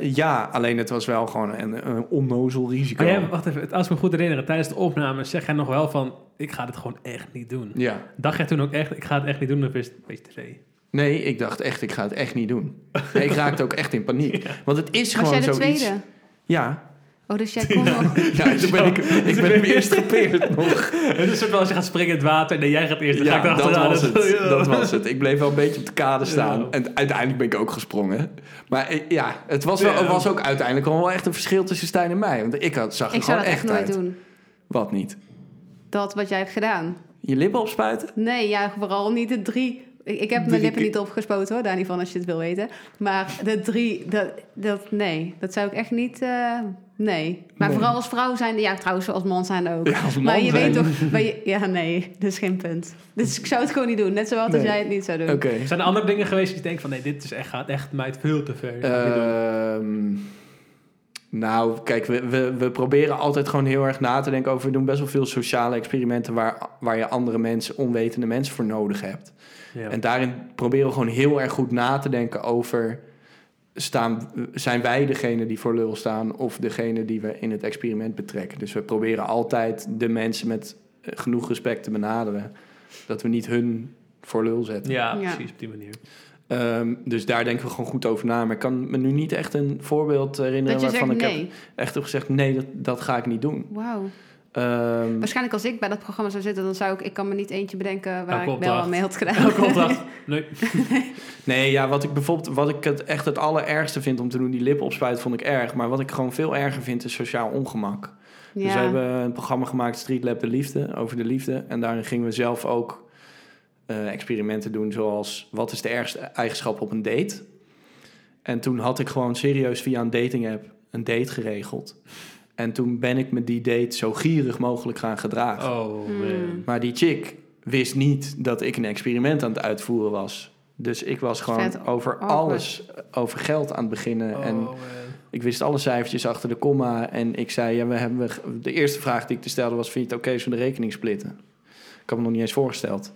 Speaker 3: Eh, ja, alleen het was wel gewoon een, een onnozel risico.
Speaker 1: Maar Oh, jij, wacht even, als ik me goed herinner, tijdens de opname zeg jij nog wel van, ik ga dit gewoon echt niet doen.
Speaker 3: Ja.
Speaker 1: Dacht jij toen ook echt, ik ga het echt niet doen, of is het een beetje tv?
Speaker 3: Nee, ik dacht echt, ik ga het echt niet doen. Nee, ik raakte ook echt in paniek. Want het is
Speaker 2: Was
Speaker 3: gewoon
Speaker 2: jij de
Speaker 3: zoiets.
Speaker 2: tweede?
Speaker 3: Ja,
Speaker 2: Oh, dus jij kon nog...
Speaker 3: ja toen ben ik, ik ben hem eerst gepeerd nog.
Speaker 1: Het is een soort van als je gaat springen in het water, nee, jij gaat eerst, dan ga
Speaker 3: Ja,
Speaker 1: ik
Speaker 3: dat
Speaker 1: erachteraan.
Speaker 3: was het.
Speaker 1: Ja.
Speaker 3: Dat was het. Ik bleef wel een beetje op de kade staan.
Speaker 1: Ja.
Speaker 3: En uiteindelijk ben ik ook gesprongen. Maar ik- ja, het was, wel,
Speaker 1: Ja.
Speaker 3: het was ook uiteindelijk gewoon wel echt een verschil tussen Stijn en mij. Want ik had, zag er
Speaker 2: Ik zou
Speaker 3: gewoon
Speaker 2: dat
Speaker 3: echt
Speaker 2: echt nooit
Speaker 3: uit.
Speaker 2: doen.
Speaker 3: Wat niet?
Speaker 2: Dat wat jij hebt gedaan.
Speaker 3: Je lippen opspuiten?
Speaker 2: Nee, ja, vooral niet de drie. Ik, ik heb
Speaker 3: Drie
Speaker 2: mijn lippen
Speaker 3: keer-
Speaker 2: niet opgespoten hoor, daar niet van als je het wil weten. Maar de drie, dat, dat nee, dat zou ik echt niet. eh, nee. Maar
Speaker 3: Nee.
Speaker 2: vooral als vrouw zijn, ja, trouwens, als man zijn ook.
Speaker 3: Ja, als man
Speaker 2: maar je
Speaker 3: zijn.
Speaker 2: weet toch, maar je- ja, nee, dat is geen punt. Dus ik zou het gewoon niet doen, net zoals
Speaker 3: Nee.
Speaker 2: als jij het niet zou doen.
Speaker 3: Oké.
Speaker 1: Zijn er andere dingen geweest die je denkt van, nee, dit is echt, gaat echt mij veel te ver. Ik ga het niet doen.
Speaker 3: Ehm, nou, kijk, we, we, we proberen altijd gewoon heel erg na te denken over. We doen best wel veel sociale experimenten waar, waar je andere mensen, onwetende mensen voor nodig hebt.
Speaker 1: Ja.
Speaker 3: En daarin proberen we gewoon heel erg goed na te denken over. Staan, zijn wij degene die voor lul staan of degene die we in het experiment betrekken? Dus we proberen altijd de mensen met eh, genoeg respect te benaderen. Dat we niet hun voor lul zetten.
Speaker 1: ja,
Speaker 2: Ja.
Speaker 1: precies, op die manier.
Speaker 3: Ehm, dus daar denken we gewoon goed over na. Maar ik kan me nu niet echt een voorbeeld herinneren
Speaker 2: dat je
Speaker 3: nou, waarvan
Speaker 2: zegt
Speaker 3: ik
Speaker 2: nee.
Speaker 3: heb echt heb gezegd: nee, dat, dat ga ik niet doen.
Speaker 2: Wauw.
Speaker 3: Ehm,
Speaker 2: Waarschijnlijk als ik bij dat programma zou zitten, dan zou ik, ik kan me niet eentje bedenken waar
Speaker 1: Elke
Speaker 2: ik wel
Speaker 1: opdracht.
Speaker 2: aan mee had gedaan.
Speaker 1: Elke opdracht, nee.
Speaker 3: nee, ja, wat ik bijvoorbeeld, wat ik het echt het allerergste vind om te doen, die lippen opspuiten, vond ik erg. Maar wat ik gewoon veel erger vind, is sociaal ongemak.
Speaker 2: ja.
Speaker 3: Dus we hebben een programma gemaakt, Street Lab de Liefde, over de liefde. En daarin gingen we zelf ook eh, experimenten doen, zoals wat is de ergste eigenschap op een date? En toen had ik gewoon serieus via een dating app een date geregeld. En toen ben ik me die date zo gierig mogelijk gaan gedragen.
Speaker 1: Oh man.
Speaker 2: Hmm.
Speaker 3: Maar die chick wist niet dat ik een experiment aan het uitvoeren was. Dus ik was gewoon
Speaker 2: Vet
Speaker 3: over
Speaker 2: awkward.
Speaker 3: alles, eh, over geld aan het beginnen.
Speaker 1: Oh,
Speaker 3: En
Speaker 1: man.
Speaker 3: ik wist alle cijfertjes achter de komma. En ik zei, ja, we hebben we- de eerste vraag die ik te stelde was... vind je het oké als we de rekening splitten? Ik had me nog niet eens voorgesteld.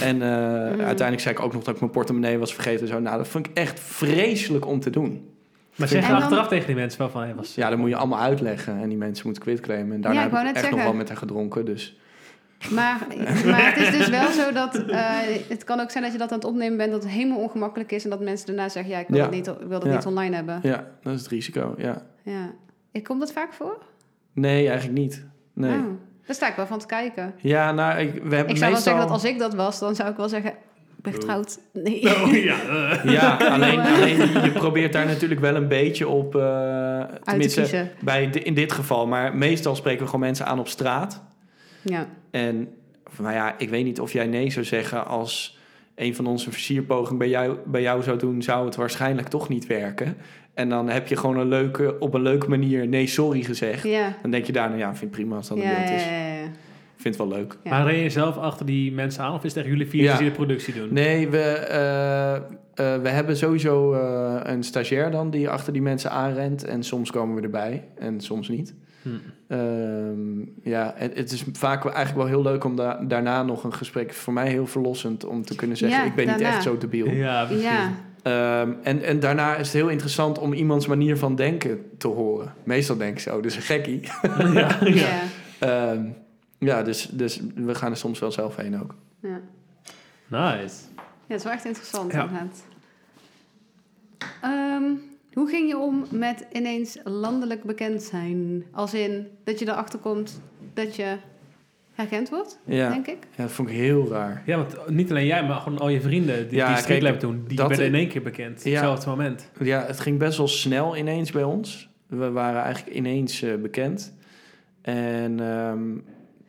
Speaker 3: En eh,
Speaker 2: Mm.
Speaker 3: uiteindelijk zei ik ook nog dat ik mijn portemonnee was vergeten. en Zo. Nou, dat vond ik echt vreselijk om te doen. Dus
Speaker 1: Maar zeg
Speaker 2: En
Speaker 1: dan
Speaker 2: dan-
Speaker 1: achteraf tegen die mensen wel van, hij was...
Speaker 3: Ja, dat moet je allemaal uitleggen. En die mensen moeten quitclaimen. En daarna
Speaker 2: Ja, ik
Speaker 3: heb
Speaker 2: wou
Speaker 3: ik echt
Speaker 2: net
Speaker 3: nog
Speaker 2: zeggen.
Speaker 3: wel met haar gedronken. Dus
Speaker 2: Maar, maar het is dus wel zo dat eh, het kan ook zijn dat je dat aan het opnemen bent dat het helemaal ongemakkelijk is en dat mensen daarna zeggen ja ik wil
Speaker 3: Ja.
Speaker 2: dat niet, ik wil dat
Speaker 3: Ja.
Speaker 2: niet online hebben.
Speaker 3: ja, dat is het risico, ja.
Speaker 2: Ja. Ik kom dat vaak voor.
Speaker 3: Nee, eigenlijk niet. Nee.
Speaker 2: Oh, daar sta ik wel van te kijken.
Speaker 3: Ja, nou, ik, we hebben
Speaker 2: ik zou wel
Speaker 3: meestal...
Speaker 2: zeggen dat als ik dat was, dan zou ik wel zeggen ik ben getrouwd. Nee.
Speaker 1: Oh ja, eh.
Speaker 3: Ja, alleen, alleen je probeert daar natuurlijk wel een beetje op... eh
Speaker 2: Uit te
Speaker 3: tenminste,
Speaker 2: kiezen.
Speaker 3: bij di- in dit geval. Maar meestal spreken we gewoon mensen aan op straat.
Speaker 2: Ja.
Speaker 3: En nou ja, ik weet niet of jij nee zou zeggen als een van ons een versierpoging bij jou, bij jou zou doen, zou het waarschijnlijk toch niet werken. En dan heb je gewoon een leuke, op een leuke manier nee sorry gezegd.
Speaker 2: Ja.
Speaker 3: Dan denk je daarna, ja, vind ik prima als dat
Speaker 2: Ja,
Speaker 3: een beeld
Speaker 2: ja,
Speaker 3: is.
Speaker 2: ja, ja.
Speaker 3: Vind het wel leuk.
Speaker 2: Ja.
Speaker 1: Maar reed je zelf achter die mensen aan of is het echt jullie vier
Speaker 3: Ja.
Speaker 1: die de productie doen?
Speaker 3: Nee, we, eh, eh, we hebben sowieso eh, een stagiair dan die achter die mensen aanrent. En soms komen we erbij en soms niet.
Speaker 1: Hm.
Speaker 3: Ehm, ja, en het is vaak eigenlijk wel heel leuk om da- daarna nog een gesprek... voor mij heel verlossend om te kunnen zeggen...
Speaker 2: Ja,
Speaker 3: ik ben niet
Speaker 2: daarna.
Speaker 3: echt zo debiel.
Speaker 1: Ja, precies.
Speaker 2: Ja,
Speaker 3: Ehm, en, en daarna is het heel interessant om iemands manier van denken te horen. Meestal denk ik zo, dus een gekkie.
Speaker 1: ja,
Speaker 2: ja.
Speaker 1: ja.
Speaker 3: Ehm, ja, dus, dus we gaan er soms wel zelf heen ook.
Speaker 2: ja.
Speaker 1: Nice.
Speaker 2: Ja, het is wel echt interessant
Speaker 1: Ja.
Speaker 2: inderdaad. Ehm, hoe ging je om met ineens landelijk bekend zijn? Als in dat je erachter komt dat je herkend wordt,
Speaker 3: Ja,
Speaker 2: denk ik.
Speaker 3: ja dat vond ik heel raar.
Speaker 1: Ja, want niet alleen jij, maar gewoon al je vrienden die,
Speaker 3: Ja,
Speaker 1: die streetlab
Speaker 3: kijk,
Speaker 1: doen, die
Speaker 3: dat-
Speaker 1: werden in één keer bekend.
Speaker 3: Ja.
Speaker 1: Hetzelfde moment.
Speaker 3: Ja, het ging best wel snel ineens bij ons. We waren eigenlijk ineens eh, bekend. En ehm,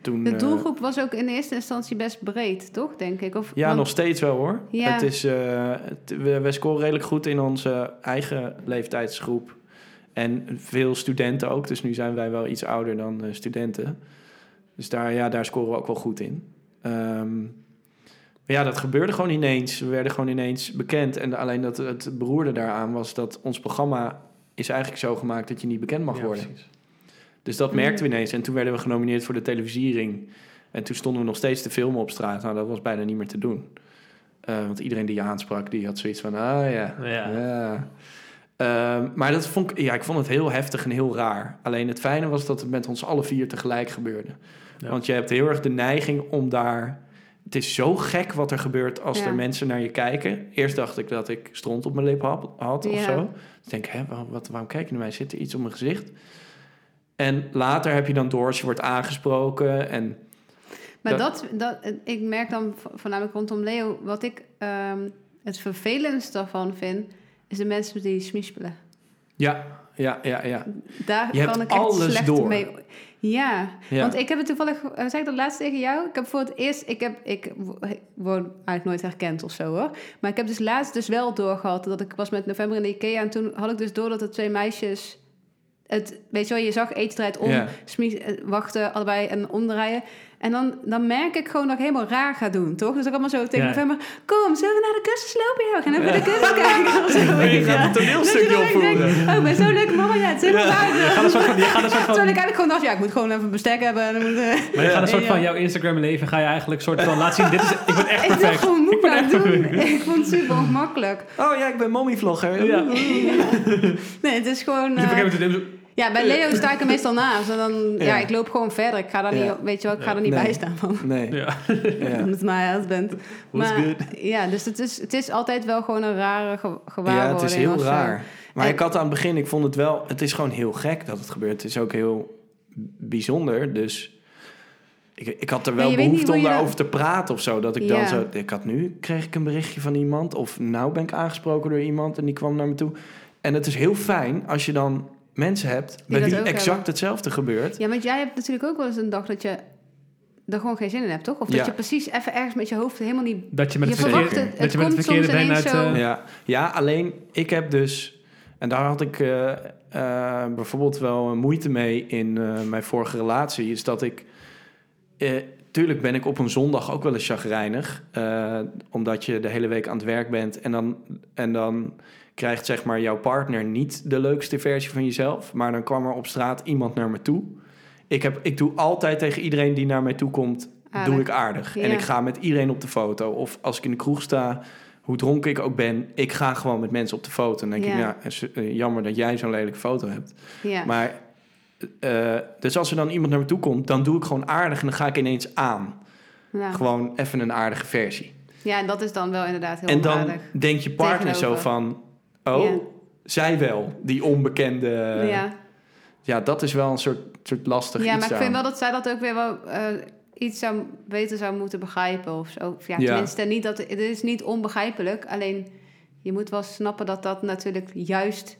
Speaker 3: toen...
Speaker 2: De
Speaker 3: eh,
Speaker 2: doelgroep was ook in eerste instantie best breed, toch, denk ik? Of,
Speaker 3: ja,
Speaker 2: want-
Speaker 3: nog steeds wel hoor.
Speaker 2: Ja.
Speaker 3: Het is, eh, het- we, we scoren redelijk goed in onze eigen leeftijdsgroep. En veel studenten ook. Dus nu zijn wij wel iets ouder dan eh, studenten. Dus daar, ja, daar scoren we ook wel goed in. Ehm, maar ja, dat gebeurde gewoon ineens. We werden gewoon ineens bekend. En alleen dat het beroerde daaraan was dat ons programma is eigenlijk zo gemaakt dat je niet bekend mag
Speaker 1: Ja,
Speaker 3: worden.
Speaker 1: precies.
Speaker 3: Dus dat merkten we ineens. En toen werden we genomineerd voor de televisiering. En toen stonden we nog steeds te filmen op straat. Nou, dat was bijna niet meer te doen. Eh, want iedereen die je aansprak, die had zoiets van... Ah ja,
Speaker 1: Ja.
Speaker 3: Ehm, maar dat vond ik, ja, ik vond het heel heftig en heel raar. Alleen het fijne was dat het met ons alle vier tegelijk gebeurde.
Speaker 1: Ja.
Speaker 3: Want je hebt heel erg de neiging om daar... Het is zo gek wat er gebeurt als
Speaker 2: Ja.
Speaker 3: er mensen naar je kijken. Eerst dacht ik dat ik stront op mijn lip had, had
Speaker 2: Ja.
Speaker 3: of zo. Dus ik denk, hè, waarom, wat, waarom kijk je naar mij? Zit er iets op mijn gezicht? En later heb je dan door als je wordt aangesproken. En
Speaker 2: Maar dat, dat, ik merk dan vo- voornamelijk rondom Leo, wat ik ehm, het vervelendste daarvan vind, is de mensen die smispelen.
Speaker 3: ja, ja, ja, ja.
Speaker 2: Daar
Speaker 3: Je
Speaker 2: kan
Speaker 3: hebt
Speaker 2: ik echt
Speaker 3: alles
Speaker 2: slecht
Speaker 3: door.
Speaker 2: mee. Ja,
Speaker 3: Ja.
Speaker 2: want ik heb het toevallig, eh, zei ik dat laatst tegen jou? Ik heb voor het eerst, ik, heb, ik wo- ik word eigenlijk nooit herkend of zo hoor. Maar ik heb dus laatst dus wel doorgehad dat ik was met november in de Ikea en toen had ik dus door dat de twee meisjes, het, weet je wel, je zag eetstrijd om,
Speaker 3: Ja.
Speaker 2: smie- eh, wachten allebei en omdraaien. En dan, dan merk ik gewoon dat ik helemaal raar ga doen, toch? Dus ik allemaal zo tegen
Speaker 1: Ja.
Speaker 2: november, kom, zullen we naar de kussens lopen? Ja, we gaan even naar de kussens kijken. Of zo,
Speaker 3: Je
Speaker 2: weet je
Speaker 3: gaat
Speaker 2: wel.
Speaker 3: een toneelstukje
Speaker 2: Dat je dan
Speaker 3: opvoeren.
Speaker 2: denkt, Oh, ik ben zo leuk, mama, ja, het is helemaal raar.
Speaker 1: Je gaat een soort van, je gaat een soort van,
Speaker 2: Terwijl ik eigenlijk gewoon dacht, ja, ik moet gewoon even een bestek hebben. En dan moet, eh,
Speaker 1: maar je gaat een soort
Speaker 2: Ja.
Speaker 1: van jouw Instagram leven, ga je eigenlijk een soort van laten zien, dit is, ik ben echt
Speaker 2: ik dacht
Speaker 1: perfect.
Speaker 2: gewoon, moet ik
Speaker 1: ben
Speaker 2: nou
Speaker 1: echt
Speaker 2: doen?
Speaker 1: perfect.
Speaker 2: Ik vond het super ongemakkelijk.
Speaker 3: Oh ja, ik ben mommy-vlogger.
Speaker 1: Ja.
Speaker 2: Nee, het is gewoon...
Speaker 1: Dus op een
Speaker 2: eh,
Speaker 1: gegeven moment-
Speaker 2: ja, bij Leo sta ik er meestal naast. En dan, ja,
Speaker 3: Ja.
Speaker 2: ik loop gewoon verder. Ik ga daar
Speaker 3: Ja.
Speaker 2: niet, weet je wel, ik ga er niet
Speaker 3: Nee.
Speaker 2: bij staan van.
Speaker 3: Nee. Ja.
Speaker 1: Ja.
Speaker 2: Omdat het mijn huis bent.
Speaker 3: What's
Speaker 2: Maar,
Speaker 3: good?
Speaker 2: ja, dus het is, het is altijd wel gewoon een rare ge
Speaker 3: Ja,
Speaker 2: gewaarwording.
Speaker 3: het is
Speaker 2: of
Speaker 3: heel
Speaker 2: zo.
Speaker 3: raar. Maar
Speaker 2: En-
Speaker 3: ik had aan het begin, ik vond het wel... Het is gewoon heel gek dat het gebeurt. Het is ook heel bijzonder, dus... Ik, ik had er
Speaker 2: Maar
Speaker 3: wel
Speaker 2: je weet niet
Speaker 3: behoefte
Speaker 2: hoe
Speaker 3: om
Speaker 2: je
Speaker 3: daarover
Speaker 2: dat-
Speaker 3: te praten of zo. Dat ik
Speaker 2: Ja.
Speaker 3: dan zo... Ik had nu, kreeg ik een berichtje van iemand... of nou ben ik aangesproken door iemand en die kwam naar me toe. En het is heel fijn als je dan mensen hebt... bij
Speaker 2: dat
Speaker 3: wie
Speaker 2: ook
Speaker 3: exact
Speaker 2: hebben.
Speaker 3: hetzelfde gebeurt.
Speaker 2: Ja, want jij hebt natuurlijk ook wel eens een dag dat je er gewoon geen zin in hebt, toch? Of dat
Speaker 3: Ja.
Speaker 2: je precies even ergens met je hoofd helemaal niet...
Speaker 1: Dat je met
Speaker 2: Je
Speaker 1: het verkeerde,
Speaker 2: verwacht het-
Speaker 1: dat je met
Speaker 2: het
Speaker 1: het verkeerde
Speaker 2: komt
Speaker 1: been
Speaker 2: soms
Speaker 1: uit...
Speaker 2: ineens
Speaker 1: eh,
Speaker 2: zo.
Speaker 3: Ja. ja, alleen ik heb dus... En daar had ik eh, eh, bijvoorbeeld wel eh, moeite mee in eh, mijn vorige relatie. Is dat ik... eh, tuurlijk ben ik op een zondag ook wel eens chagrijnig. eh, omdat je de hele week aan het werk bent. En dan, en dan krijgt zeg maar jouw partner niet de leukste versie van jezelf. Maar dan kwam er op straat iemand naar me toe. Ik, heb, ik doe altijd tegen iedereen die naar mij toe komt...
Speaker 2: Aardig.
Speaker 3: Doe ik aardig. En
Speaker 2: Ah, Ja.
Speaker 3: ik ga met iedereen op de foto. Of als ik in de kroeg sta hoe dronken ik ook ben, ik ga gewoon met mensen op de foto. En dan denk
Speaker 2: Ja.
Speaker 3: ik, ja, is, eh, jammer dat jij zo'n lelijke foto hebt.
Speaker 2: Ja.
Speaker 3: Maar, eh, dus als er dan iemand naar me toe komt, dan doe ik gewoon aardig en dan ga ik ineens aan.
Speaker 2: Ja.
Speaker 3: Gewoon even een aardige versie.
Speaker 2: Ja, en dat is dan wel inderdaad heel
Speaker 3: en dan
Speaker 2: aardig.
Speaker 3: denkt je partner
Speaker 2: Tegenover.
Speaker 3: zo van, oh,
Speaker 2: Ja.
Speaker 3: zij wel, die onbekende. Ja,
Speaker 2: ja,
Speaker 3: dat is wel een soort, soort lastig
Speaker 2: ja
Speaker 3: Eh, iets
Speaker 2: maar ik
Speaker 3: aan.
Speaker 2: vind wel dat zij dat ook weer wel eh, iets zou, beter zou moeten begrijpen of zo. Of Ja,
Speaker 3: Ja.
Speaker 2: tenminste, niet dat, het is niet onbegrijpelijk. Alleen je moet wel snappen dat dat natuurlijk juist...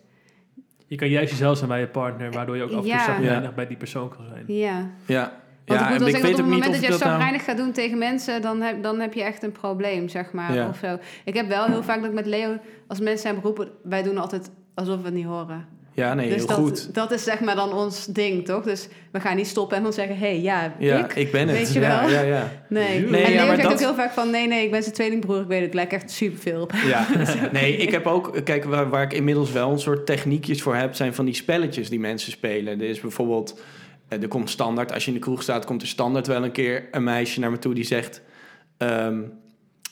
Speaker 1: Je kan juist jezelf zijn bij je partner, waardoor je ook af en toe
Speaker 2: Ja.
Speaker 1: chagrijnig
Speaker 3: Ja.
Speaker 1: bij die persoon kan zijn.
Speaker 2: Ja,
Speaker 3: Ja,
Speaker 2: want
Speaker 3: ja
Speaker 2: ik moet wel
Speaker 3: en ik
Speaker 2: zeggen dat
Speaker 3: weet
Speaker 2: op het
Speaker 3: ook niet
Speaker 2: moment
Speaker 3: of
Speaker 2: dat
Speaker 3: je
Speaker 2: jij
Speaker 3: dat
Speaker 2: zo
Speaker 3: nou...
Speaker 2: reinig gaat doen tegen mensen... Dan heb, dan heb je echt een probleem, zeg maar,
Speaker 3: Ja.
Speaker 2: of zo. Ik heb wel heel vaak dat ik met Leo, als mensen hem roepen... Wij doen altijd alsof we het niet horen.
Speaker 3: Ja, nee,
Speaker 2: dus
Speaker 3: heel
Speaker 2: dat,
Speaker 3: goed.
Speaker 2: dat is zeg maar dan ons ding, toch? Dus we gaan niet stoppen en dan zeggen... Hé, hey, ja,
Speaker 3: Ja,
Speaker 2: ik...
Speaker 3: ik, ben het.
Speaker 2: weet je
Speaker 3: ja,
Speaker 2: wel.
Speaker 3: ja, ja.
Speaker 2: Nee,
Speaker 1: Nee,
Speaker 2: en
Speaker 3: ja,
Speaker 2: Leo
Speaker 3: maar
Speaker 2: zegt ook
Speaker 3: dat-
Speaker 2: heel vaak van... nee, nee, ik ben zijn tweelingbroer, ik weet het, ik lijk echt superveel op.
Speaker 3: Ja, nee, ik heb ook, kijk, waar, waar ik inmiddels wel een soort techniekjes voor heb, zijn van die spelletjes die mensen spelen. Er is bijvoorbeeld Eh, er komt standaard, als je in de kroeg staat, komt er standaard wel een keer een meisje naar me toe die zegt... ehm,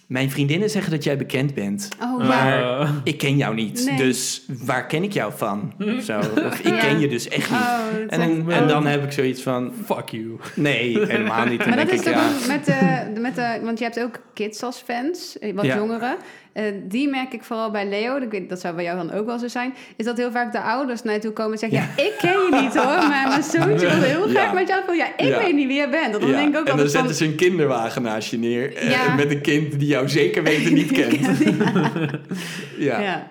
Speaker 3: mijn vriendinnen zeggen dat jij bekend bent.
Speaker 2: Oh,
Speaker 1: Eh,
Speaker 2: ja.
Speaker 3: Ik ken jou niet,
Speaker 2: Nee.
Speaker 3: dus waar ken ik jou van? Zo, of ik
Speaker 2: Ja.
Speaker 3: ken je dus echt niet.
Speaker 2: Oh, dat
Speaker 3: En,
Speaker 2: is-
Speaker 3: dan- en dan heb ik zoiets van,
Speaker 1: fuck you.
Speaker 3: nee, helemaal niet. Dan
Speaker 2: Maar dat
Speaker 3: denk
Speaker 2: is
Speaker 3: ik,
Speaker 2: toch
Speaker 3: ja.
Speaker 2: ook met de, met de... Want je hebt ook kids als fans, eh, wat
Speaker 3: Ja.
Speaker 2: jongeren. Eh, die merk ik vooral bij Leo, ik weet, dat zou bij jou dan ook wel zo zijn... is dat heel vaak de ouders naar je toe komen en zeggen... Ja, ik ken je niet hoor, maar mijn zoontje wil heel
Speaker 3: Ja.
Speaker 2: graag met jou... spelen. Ja, ik
Speaker 3: Ja.
Speaker 2: weet niet wie jij bent. Dat Dan
Speaker 3: Ja,
Speaker 2: denk ik ook
Speaker 3: en dan
Speaker 2: altijd
Speaker 3: zetten
Speaker 2: van,
Speaker 3: ze een kinderwagen naast je neer. eh,
Speaker 2: Ja.
Speaker 3: met een kind die jou zeker weten niet kent. ja.
Speaker 2: Ja.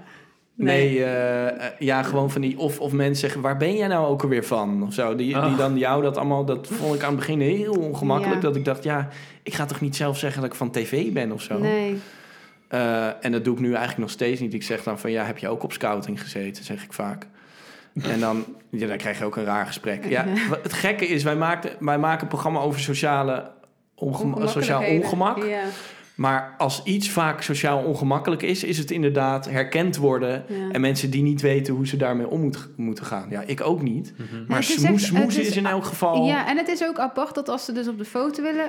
Speaker 3: Nee, eh, eh, ja, gewoon van die... Of, of mensen zeggen, waar ben jij nou ook alweer van? Of zo, die, die
Speaker 1: Ah.
Speaker 3: dan jou dat allemaal... Dat vond ik aan het begin heel ongemakkelijk.
Speaker 2: Ja.
Speaker 3: Dat ik dacht, ja, ik ga toch niet zelf zeggen dat ik van tv ben of zo?
Speaker 2: Nee.
Speaker 3: Eh, en dat doe ik nu eigenlijk nog steeds niet. Ik zeg dan van, ja, heb je ook op scouting gezeten? Zeg ik vaak. En dan, ja, dan krijg je ook een raar gesprek. Ja, wa- het gekke is, wij, maakten, wij maken een programma over sociale ongema sociaal
Speaker 2: Ongemakkelijkheden.
Speaker 3: ongemak.
Speaker 2: Ja.
Speaker 3: Maar als iets vaak sociaal ongemakkelijk is, is het inderdaad herkend worden.
Speaker 2: Ja.
Speaker 3: En mensen die niet weten hoe ze daarmee om moet, moeten gaan. Ja, ik ook niet. Maar
Speaker 2: het is
Speaker 3: smoes,
Speaker 2: echt-
Speaker 3: smoes
Speaker 2: het
Speaker 3: is,
Speaker 2: is-
Speaker 3: in elk geval...
Speaker 2: Ja, en het is ook apart dat als ze dus op de foto willen...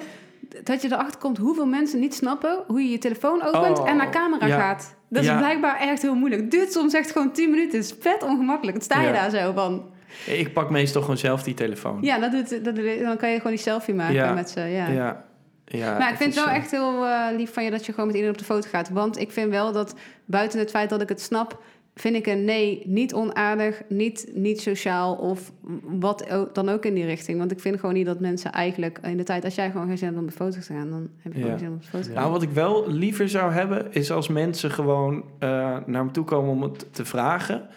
Speaker 2: dat je erachter komt hoeveel mensen niet snappen... hoe je je telefoon opent
Speaker 3: Oh,
Speaker 2: en naar camera
Speaker 3: ja.
Speaker 2: gaat. Dat
Speaker 3: Ja.
Speaker 2: is blijkbaar echt heel moeilijk. Het duurt soms echt gewoon 10 minuten. Het is vet ongemakkelijk. Dan sta je
Speaker 3: Ja.
Speaker 2: daar zo van...
Speaker 3: Ik pak meestal gewoon zelf die telefoon.
Speaker 2: Ja, dat doet, dat, dan kan je gewoon die selfie maken
Speaker 3: Ja.
Speaker 2: met ze. Ja.
Speaker 3: ja. Ja,
Speaker 2: Maar ik vind het wel
Speaker 3: is, eh,
Speaker 2: echt heel eh, lief van je dat je gewoon met iedereen op de foto gaat. Want ik vind wel dat buiten het feit dat ik het snap, vind ik een nee niet onaardig, niet, niet sociaal of wat o- dan ook in die richting. Want ik vind gewoon niet dat mensen eigenlijk in de tijd, als jij gewoon geen zin hebt om op de foto te gaan, dan heb je
Speaker 3: Ja.
Speaker 2: gewoon geen zin om op de foto te gaan.
Speaker 3: Nou, wat ik wel liever zou hebben, is als mensen gewoon eh, naar me toe komen om het te vragen.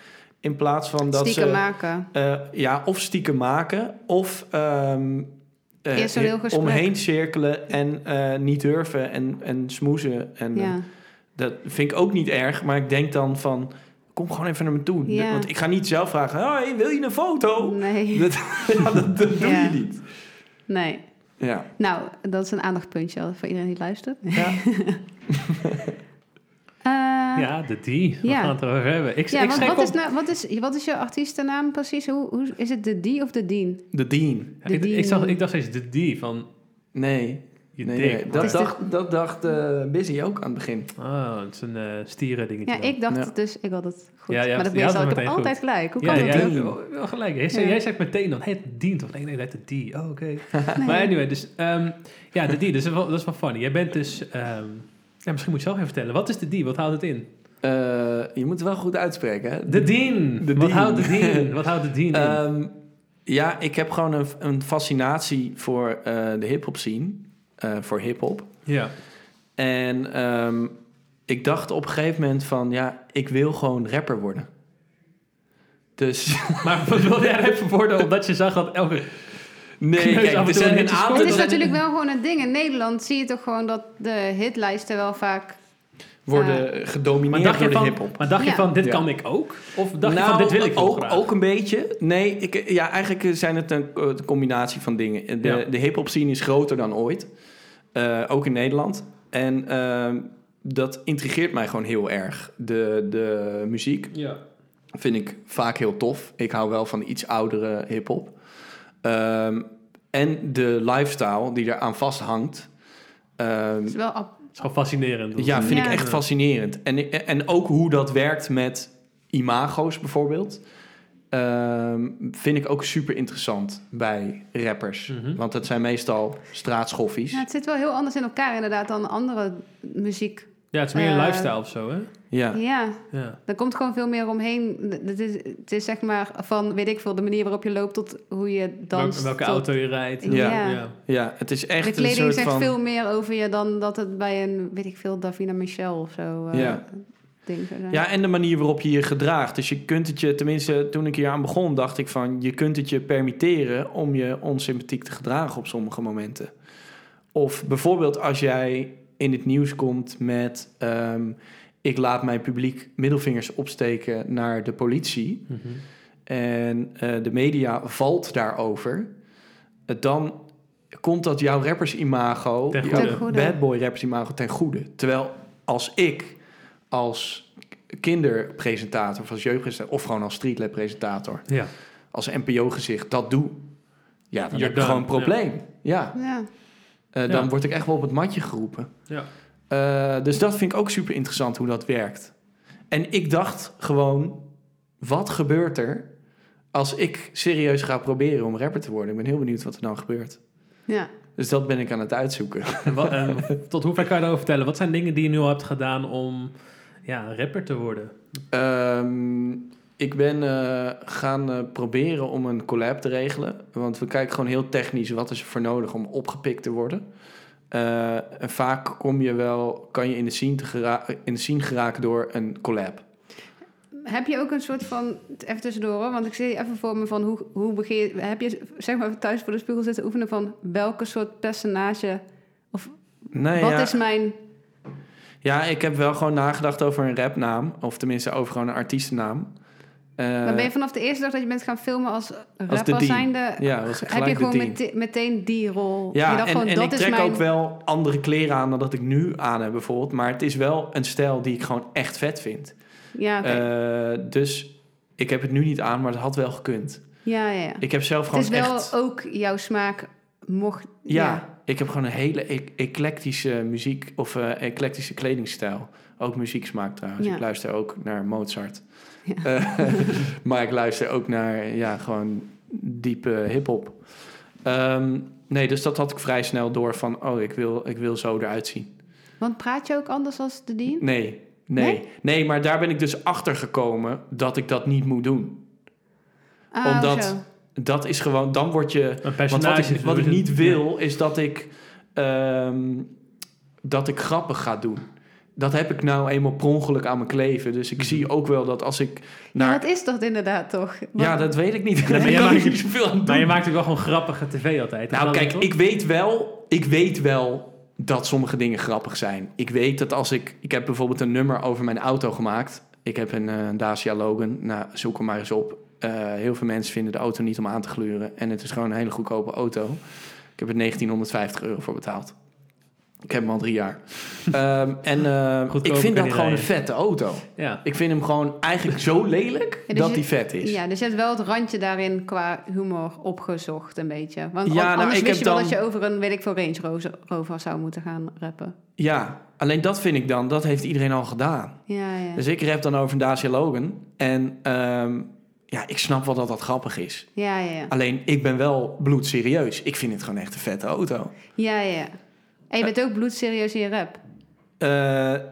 Speaker 3: In plaats van dat
Speaker 2: Stiekem
Speaker 3: ze.
Speaker 2: maken.
Speaker 3: eh, ja, of stiekem maken. Of ehm, eh,
Speaker 2: Eerst zo'n heel gesprek.
Speaker 3: omheen cirkelen en eh, niet durven en, en smoezen. En, eh,
Speaker 2: Ja.
Speaker 3: dat vind ik ook niet erg, maar ik denk dan van. Kom gewoon even naar me toe.
Speaker 2: Ja.
Speaker 3: Want ik ga niet zelf vragen: hey, wil je een
Speaker 1: Oh.
Speaker 3: foto?
Speaker 2: Nee.
Speaker 3: Dat, ja, dat, dat doe
Speaker 2: Ja.
Speaker 3: je niet.
Speaker 2: nee.
Speaker 3: Ja.
Speaker 2: Nou, dat is een aandachtpuntje al voor iedereen die luistert.
Speaker 3: Ja.
Speaker 2: Eh,
Speaker 1: Ja, de die. We
Speaker 2: Ja.
Speaker 1: gaan het erover hebben. Ik,
Speaker 2: ja,
Speaker 1: ik
Speaker 2: want
Speaker 1: schrik
Speaker 2: wat
Speaker 1: op.
Speaker 2: is, nou, wat, is, wat is je artiestennaam precies? Hoe, hoe, is het de Die of de Dien?
Speaker 3: De Dean.
Speaker 1: Ja, ik,
Speaker 2: nou de die.
Speaker 1: ik, zag, ik dacht steeds de die van
Speaker 3: Nee.
Speaker 1: je
Speaker 3: Nee,
Speaker 1: dik.
Speaker 3: nee,
Speaker 1: maar-
Speaker 2: Het
Speaker 3: dat,
Speaker 2: is de-
Speaker 3: dacht, dat dacht eh, Busy ook aan het begin.
Speaker 1: Oh, het is een eh stieren dingetje.
Speaker 2: Ja, ik dacht
Speaker 3: Ja.
Speaker 2: het dus, ik had het goed.
Speaker 1: Ja, jij
Speaker 2: maar
Speaker 1: had-
Speaker 2: dat
Speaker 1: jij
Speaker 2: weet
Speaker 1: had
Speaker 2: al,
Speaker 1: het
Speaker 2: ik heb
Speaker 1: meteen
Speaker 2: altijd gelijk. Hoe
Speaker 1: ja,
Speaker 2: kan
Speaker 1: jij
Speaker 2: dat?
Speaker 1: hebt
Speaker 3: Dien?
Speaker 1: wel, wel gelijk. Jij, zei-
Speaker 2: Ja.
Speaker 1: jij zegt meteen dan, het dient. Of nee, nee, het heet die. Oh, oké. Maar anyway, dus ehm, ja, de die. Dus, dat is wel- dat is wel funny. Jij bent dus... ehm, ja, misschien moet je zelf even vertellen. Wat is de die? Wat houdt het in?
Speaker 3: Eh, je moet het wel goed uitspreken, hè?
Speaker 1: De dien.
Speaker 3: De
Speaker 1: Wat
Speaker 3: dien.
Speaker 1: houdt de dien? Wat houdt de dien in?
Speaker 3: Ehm, ja, ik heb gewoon een, een fascinatie voor eh, de hip-hop scene. eh, voor hip-hop.
Speaker 1: ja.
Speaker 3: En ehm, ik dacht op een gegeven moment van, ja, ik wil gewoon rapper worden. Dus
Speaker 1: Maar wat wil jij even worden? Omdat je zag dat elke...
Speaker 3: nee,
Speaker 1: Kneus
Speaker 3: kijk,
Speaker 1: af en
Speaker 3: er
Speaker 1: toe
Speaker 3: zijn
Speaker 1: een
Speaker 3: een
Speaker 1: beetje
Speaker 3: aantal.
Speaker 2: Het is
Speaker 1: dat-
Speaker 2: natuurlijk wel gewoon een ding. In Nederland zie je toch gewoon dat de hitlijsten wel vaak...
Speaker 3: worden
Speaker 1: Maar
Speaker 3: gedomineerd
Speaker 1: dacht,
Speaker 3: door
Speaker 1: je
Speaker 3: de
Speaker 1: van,
Speaker 3: hip-hop.
Speaker 1: maar dacht je
Speaker 2: Ja.
Speaker 1: van, dit
Speaker 3: Ja.
Speaker 1: kan ik ook? Of dacht je van,
Speaker 3: Nou,
Speaker 1: dit wil ik wel
Speaker 3: ook,
Speaker 1: graag?
Speaker 3: ook een beetje. Nee, ik, ja, eigenlijk zijn het een, een combinatie van dingen. De,
Speaker 1: Ja.
Speaker 3: de hip-hop scene is groter dan ooit. Eh, ook in Nederland. En ehm, dat intrigeert mij gewoon heel erg. De, de muziek
Speaker 1: Ja.
Speaker 3: vind ik vaak heel tof. Ik hou wel van iets oudere hip-hop. Ehm, en de lifestyle die eraan vasthangt. ehm,
Speaker 2: Het is wel ap-
Speaker 1: Het is gewoon fascinerend.
Speaker 3: ja, vind ik
Speaker 2: Ja.
Speaker 3: echt fascinerend. En, en ook hoe dat werkt met imago's bijvoorbeeld. ehm, vind ik ook super interessant bij rappers.
Speaker 1: Mhm.
Speaker 3: Want dat zijn meestal straatschoffies.
Speaker 2: ja, het zit wel heel anders in elkaar inderdaad dan andere muziek.
Speaker 1: Ja, het is meer een
Speaker 2: Eh,
Speaker 1: lifestyle of zo, hè?
Speaker 3: Ja.
Speaker 2: Ja,
Speaker 1: Ja.
Speaker 2: er komt gewoon veel meer omheen. Het is, het is zeg maar van, weet ik veel, de manier waarop je loopt tot hoe je danst.
Speaker 1: Welke, welke
Speaker 2: tot-
Speaker 1: auto je rijdt.
Speaker 2: Ja.
Speaker 1: ja.
Speaker 3: ja, het is
Speaker 2: De
Speaker 3: echt een
Speaker 2: kleding
Speaker 3: soort
Speaker 2: zegt
Speaker 3: van...
Speaker 2: veel meer over je dan dat het bij een, weet ik veel, Davina Michel of zo eh,
Speaker 3: Ja.
Speaker 2: ding zou zijn.
Speaker 3: Ja, en de manier waarop je je gedraagt. Dus je kunt het je, tenminste toen ik hier aan begon, dacht ik van... je kunt het je permitteren om je onsympathiek te gedragen op sommige momenten. Of bijvoorbeeld als jij in het nieuws komt met... ehm, ik laat mijn publiek middelvingers opsteken naar de politie...
Speaker 1: Mhm.
Speaker 3: en eh, de media valt daarover... eh, dan komt dat jouw rappersimago,
Speaker 1: Ten
Speaker 3: jouw
Speaker 1: goede. Ten
Speaker 2: goede.
Speaker 3: bad boy rappersimago ten goede. Terwijl als ik als kinderpresentator of als jeugdpresentator... of gewoon als streetlab presentator,
Speaker 1: ja.
Speaker 3: als NPO-gezicht dat doe... Ja, dan
Speaker 1: You're
Speaker 3: heb ik gewoon een
Speaker 1: done, ja.
Speaker 3: probleem. Ja.
Speaker 2: Ja.
Speaker 3: Eh,
Speaker 1: Ja.
Speaker 3: Dan word ik echt wel op het matje geroepen.
Speaker 1: Ja.
Speaker 3: Eh, dus dat vind ik ook super interessant hoe dat werkt. En ik dacht gewoon, wat gebeurt er als ik serieus ga proberen om rapper te worden? Ik ben heel benieuwd wat er dan gebeurt.
Speaker 2: ja.
Speaker 3: Dus dat ben ik aan het uitzoeken.
Speaker 1: En wat, ehm, tot hoever kan je daarover vertellen? Wat zijn dingen die je nu al hebt gedaan om ja, een rapper te worden?
Speaker 3: Ehm, ik ben eh, gaan eh, proberen om een collab te regelen. Want we kijken gewoon heel technisch wat is er voor nodig om opgepikt te worden. Eh, en vaak kom je wel, kan je in de scene, te gera- in de scene geraken door een collab.
Speaker 2: Heb je ook een soort van, even tussendoor hoor, want ik zie even voor me van hoe, hoe begin je, heb je zeg maar thuis voor de spiegel zitten oefenen van welke soort personage,
Speaker 3: Nee,
Speaker 2: wat
Speaker 3: Nou ja,
Speaker 2: is mijn,
Speaker 3: ja, ik heb wel gewoon nagedacht over een rapnaam. Of tenminste over gewoon een artiestennaam. Eh,
Speaker 2: dan ben je vanaf de eerste dag dat je bent gaan filmen als rapper
Speaker 3: Dean.
Speaker 2: zijnde,
Speaker 3: ja, was
Speaker 2: heb
Speaker 3: gelijk
Speaker 2: je
Speaker 3: de
Speaker 2: gewoon
Speaker 3: Dean.
Speaker 2: mete- meteen die rol. je
Speaker 3: Ja,
Speaker 2: dacht
Speaker 3: en,
Speaker 2: gewoon,
Speaker 3: en
Speaker 2: dat
Speaker 3: ik
Speaker 2: is
Speaker 3: trek
Speaker 2: mijn,
Speaker 3: ook wel andere kleren aan dan dat ik nu aan heb bijvoorbeeld. Maar het is wel een stijl die ik gewoon echt vet vind.
Speaker 2: Ja, oké.
Speaker 3: Eh, dus ik heb het nu niet aan, maar het had wel gekund.
Speaker 2: ja, ja, ja.
Speaker 3: Ik heb zelf
Speaker 2: Het
Speaker 3: gewoon
Speaker 2: is wel
Speaker 3: echt...
Speaker 2: ook jouw smaak mocht,
Speaker 3: Ja, ik heb gewoon een hele e- eclectische muziek... of eh, eclectische kledingstijl. Ook muzieksmaak trouwens.
Speaker 2: Ja.
Speaker 3: Ik luister ook naar Mozart.
Speaker 2: Ja.
Speaker 3: Eh, maar ik luister ook naar ja, gewoon diepe hiphop. Ehm, nee, dus dat had ik vrij snel door van... oh, ik wil, ik wil zo eruit zien.
Speaker 2: want praat je ook anders als de Dean?
Speaker 3: Nee, nee, nee. maar daar ben ik dus achter gekomen dat ik dat niet moet doen.
Speaker 2: Ah,
Speaker 3: Omdat-
Speaker 2: zo.
Speaker 3: Dat is gewoon, dan word je.
Speaker 1: Een
Speaker 3: Want
Speaker 1: personage.
Speaker 3: wat ik, wat ik
Speaker 1: bedoel je?
Speaker 3: niet wil, is dat ik, ehm, dat ik grappen ga doen. Dat heb ik nou eenmaal per ongeluk aan mijn kleven. Dus
Speaker 1: Mhm.
Speaker 3: ik zie ook wel dat als ik naar...
Speaker 2: Ja, dat is dat inderdaad toch? Want-
Speaker 3: Ja, dat weet ik niet.
Speaker 1: maar
Speaker 3: Daar
Speaker 1: jij
Speaker 3: kan ik
Speaker 1: maakt-
Speaker 3: niet zoveel aan doen.
Speaker 1: Maar je maakt ook wel gewoon grappige tv altijd.
Speaker 3: Nou,
Speaker 1: Dat
Speaker 3: kijk,
Speaker 1: toch?
Speaker 3: ik weet wel, ik weet wel dat sommige dingen grappig zijn. Ik weet dat als ik, ik heb bijvoorbeeld een nummer over mijn auto gemaakt. Ik heb een eh, Dacia Logan. Nou, zoek hem maar eens op. Eh, heel veel mensen vinden de auto niet om aan te gluren. En het is gewoon een hele goedkope auto. Ik heb er 1950 euro voor betaald. Ik heb hem al drie jaar. Ehm, en eh,
Speaker 1: Goedkoper
Speaker 3: ik vind
Speaker 1: kan
Speaker 3: dat
Speaker 1: die
Speaker 3: gewoon een
Speaker 1: rijden.
Speaker 3: vette auto.
Speaker 1: Ja.
Speaker 3: Ik vind hem gewoon eigenlijk zo lelijk
Speaker 2: Ja, dus
Speaker 3: dat
Speaker 2: je-
Speaker 3: hij vet is.
Speaker 2: Ja, dus je hebt wel het randje daarin qua humor opgezocht een beetje. Want
Speaker 3: Ja,
Speaker 2: an-
Speaker 3: nou,
Speaker 2: anders wist
Speaker 3: ik heb
Speaker 2: je wel
Speaker 3: dan-
Speaker 2: dat je over een, weet ik veel, Range Rover- Rover zou moeten gaan rappen.
Speaker 3: ja, alleen dat vind ik dan, dat heeft iedereen al gedaan.
Speaker 2: Ja, ja.
Speaker 3: Dus ik rap dan over een Dacia Logan. En ehm, ja, ik snap wel dat dat grappig is.
Speaker 2: Ja, ja, ja.
Speaker 3: Alleen, ik ben wel bloedserieus. Ik vind het gewoon echt een vette auto.
Speaker 2: Ja, ja, ja. En je bent ook bloedserieus in je rap.
Speaker 3: Eh,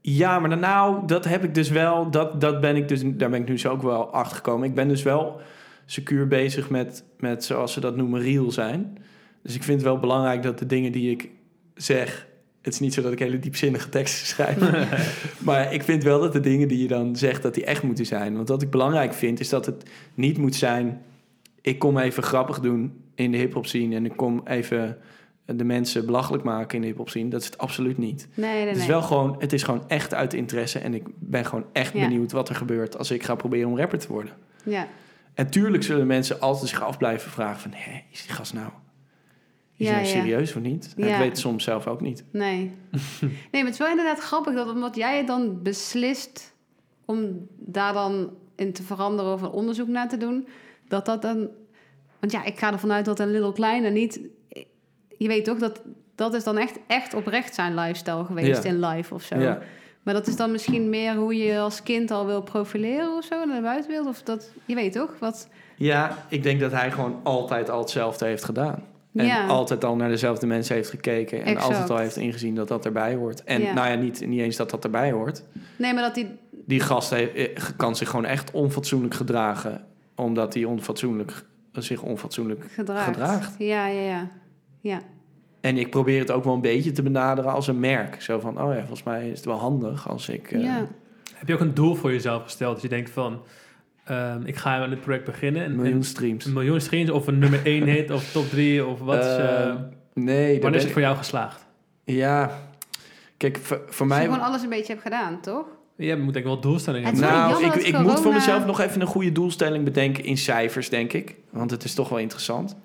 Speaker 3: ja, maar dan- nou, dat heb ik dus wel. Dat, dat ben ik dus, daar ben ik nu zo ook wel achter gekomen. Ik ben dus wel secuur bezig met, met, zoals ze dat noemen, real zijn. Dus ik vind het wel belangrijk dat de dingen die ik zeg. Het is niet zo dat ik hele diepzinnige teksten schrijf. maar ik vind wel dat de dingen die je dan zegt, dat die echt moeten zijn. Want wat ik belangrijk vind, is dat het niet moet zijn. Ik kom even grappig doen in de hip-hop scene. En ik kom even de mensen belachelijk maken in de hip-hop scene. Dat is het absoluut niet.
Speaker 2: Nee, nee,
Speaker 3: Het is
Speaker 2: nee.
Speaker 3: wel gewoon, het is gewoon echt uit interesse en ik ben gewoon echt
Speaker 2: Ja.
Speaker 3: benieuwd wat er gebeurt als ik ga proberen om rapper te worden.
Speaker 2: Ja.
Speaker 3: En tuurlijk zullen mensen altijd zich af blijven vragen van, hé, is die gast nou, is
Speaker 2: Ja,
Speaker 3: hij nou
Speaker 2: ja.
Speaker 3: serieus of niet? En
Speaker 2: Ja.
Speaker 3: Ik weet het soms zelf ook niet.
Speaker 2: Nee. nee, maar het is wel inderdaad grappig dat omdat jij het dan beslist om daar dan in te veranderen of een onderzoek naar te doen, dat dat dan. Want ja, ik ga ervan uit dat een Little Kleine niet. Je weet toch dat dat is dan echt, echt oprecht zijn lifestyle geweest
Speaker 3: Ja.
Speaker 2: in live of zo.
Speaker 3: Ja.
Speaker 2: Maar dat is dan misschien meer hoe je je als kind al wil profileren of zo naar de buitenwereld. Of dat, je weet toch? Wat,
Speaker 3: ja, ik denk dat hij gewoon altijd al hetzelfde heeft gedaan. En
Speaker 2: ja,
Speaker 3: altijd al naar dezelfde mensen heeft gekeken. En
Speaker 2: Exact.
Speaker 3: altijd al heeft ingezien dat dat erbij hoort. En
Speaker 2: Ja.
Speaker 3: nou ja, niet, niet eens dat dat erbij hoort.
Speaker 2: nee, maar dat die.
Speaker 3: Die gast he- eh, kan zich gewoon echt onfatsoenlijk gedragen. Omdat hij onfatsoenlijk, zich onfatsoenlijk
Speaker 2: Gedraagt.
Speaker 3: Gedraagt.
Speaker 2: Ja, ja, ja. Ja.
Speaker 3: En ik probeer het ook wel een beetje te benaderen als een merk. Zo van, oh ja, volgens mij is het wel handig als ik... eh,
Speaker 2: ja.
Speaker 1: Heb je ook een doel voor jezelf gesteld? Dus je denkt van, ehm, ik ga aan dit project beginnen. En,
Speaker 3: Een
Speaker 1: en
Speaker 3: miljoen streams.
Speaker 1: een miljoen streams of een nummer 1 hit of top 3 of wat. is, eh,
Speaker 3: Eh, nee, dat
Speaker 1: wanneer is het voor jou geslaagd?
Speaker 3: Ja, kijk, voor, voor
Speaker 2: Als je
Speaker 3: mij...
Speaker 2: gewoon alles een beetje hebt gedaan, toch?
Speaker 1: Je moet denk ik wel doelstellingen
Speaker 2: Het is wel
Speaker 3: Nou,
Speaker 2: jammer
Speaker 3: ik,
Speaker 2: dat
Speaker 3: ik moet voor
Speaker 2: corona-
Speaker 3: mezelf nog even een goede doelstelling bedenken in cijfers, denk ik. Want het is toch wel interessant.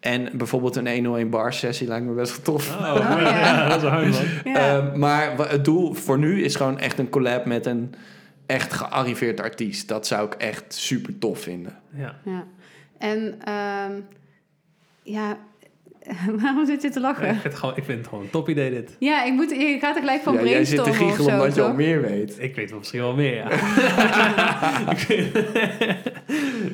Speaker 3: En bijvoorbeeld een 101 bar sessie lijkt me best wel tof.
Speaker 1: Oh,
Speaker 2: Oh, ja.
Speaker 1: ja, dat is hard, man.
Speaker 3: Eh, maar wa- het doel voor nu is gewoon echt een collab met een echt gearriveerd artiest. Dat zou ik echt super tof vinden.
Speaker 1: Ja.
Speaker 2: Ja. En ehm, Ja, waarom zit je te
Speaker 1: Ik,
Speaker 2: lachen?
Speaker 1: vind het gewoon, ik vind het gewoon een top idee dit.
Speaker 2: Ja, ik, moet, ik ga er gelijk van
Speaker 3: Ja, jij zit te
Speaker 2: brainstormen of
Speaker 3: giechelen
Speaker 2: zo.
Speaker 3: omdat je al
Speaker 2: toch?
Speaker 3: meer weet.
Speaker 1: Ik weet wel misschien wel meer, ja. Ik vind-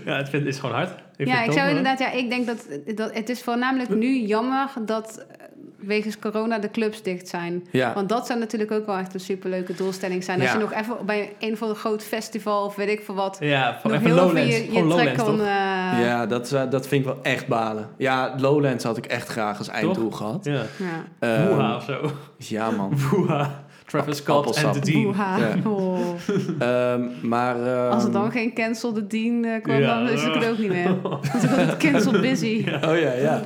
Speaker 1: ja, het vind, is gewoon hard. Ik vind
Speaker 2: ja,
Speaker 1: het
Speaker 2: ik
Speaker 1: top,
Speaker 2: zou
Speaker 1: hoor.
Speaker 2: inderdaad, ja, ik denk dat, dat het is voornamelijk nu jammer dat eh, wegens corona de clubs dicht zijn.
Speaker 3: Ja.
Speaker 2: Want dat zou natuurlijk ook wel echt een superleuke doelstelling zijn. Als
Speaker 1: Ja.
Speaker 2: je nog even bij een van de groot festival of weet ik veel wat.
Speaker 1: Ja, van
Speaker 2: nog
Speaker 1: even
Speaker 2: heel veel
Speaker 1: Lowlands.
Speaker 2: je, je
Speaker 1: gewoon
Speaker 2: trek
Speaker 1: Lowlands,
Speaker 2: kan.
Speaker 1: toch?
Speaker 2: eh, ja.
Speaker 3: Ja, dat, zou- dat vind ik wel echt balen. Ja, Lowlands had ik echt graag als einddoel gehad.
Speaker 1: Ja.
Speaker 3: Ehm,
Speaker 1: Woeha of zo.
Speaker 3: ja, man.
Speaker 1: Woeha. Travis Scott en
Speaker 3: appelsap.
Speaker 1: de Dean.
Speaker 2: Boeha.
Speaker 3: Ja.
Speaker 2: Oh.
Speaker 3: Ehm, maar... ehm,
Speaker 2: Als het dan geen cancel de dien eh, kwam,
Speaker 1: Ja.
Speaker 2: dan is het er ook niet meer. Dus Dan is het altijd cancel busy.
Speaker 3: Oh ja, ja.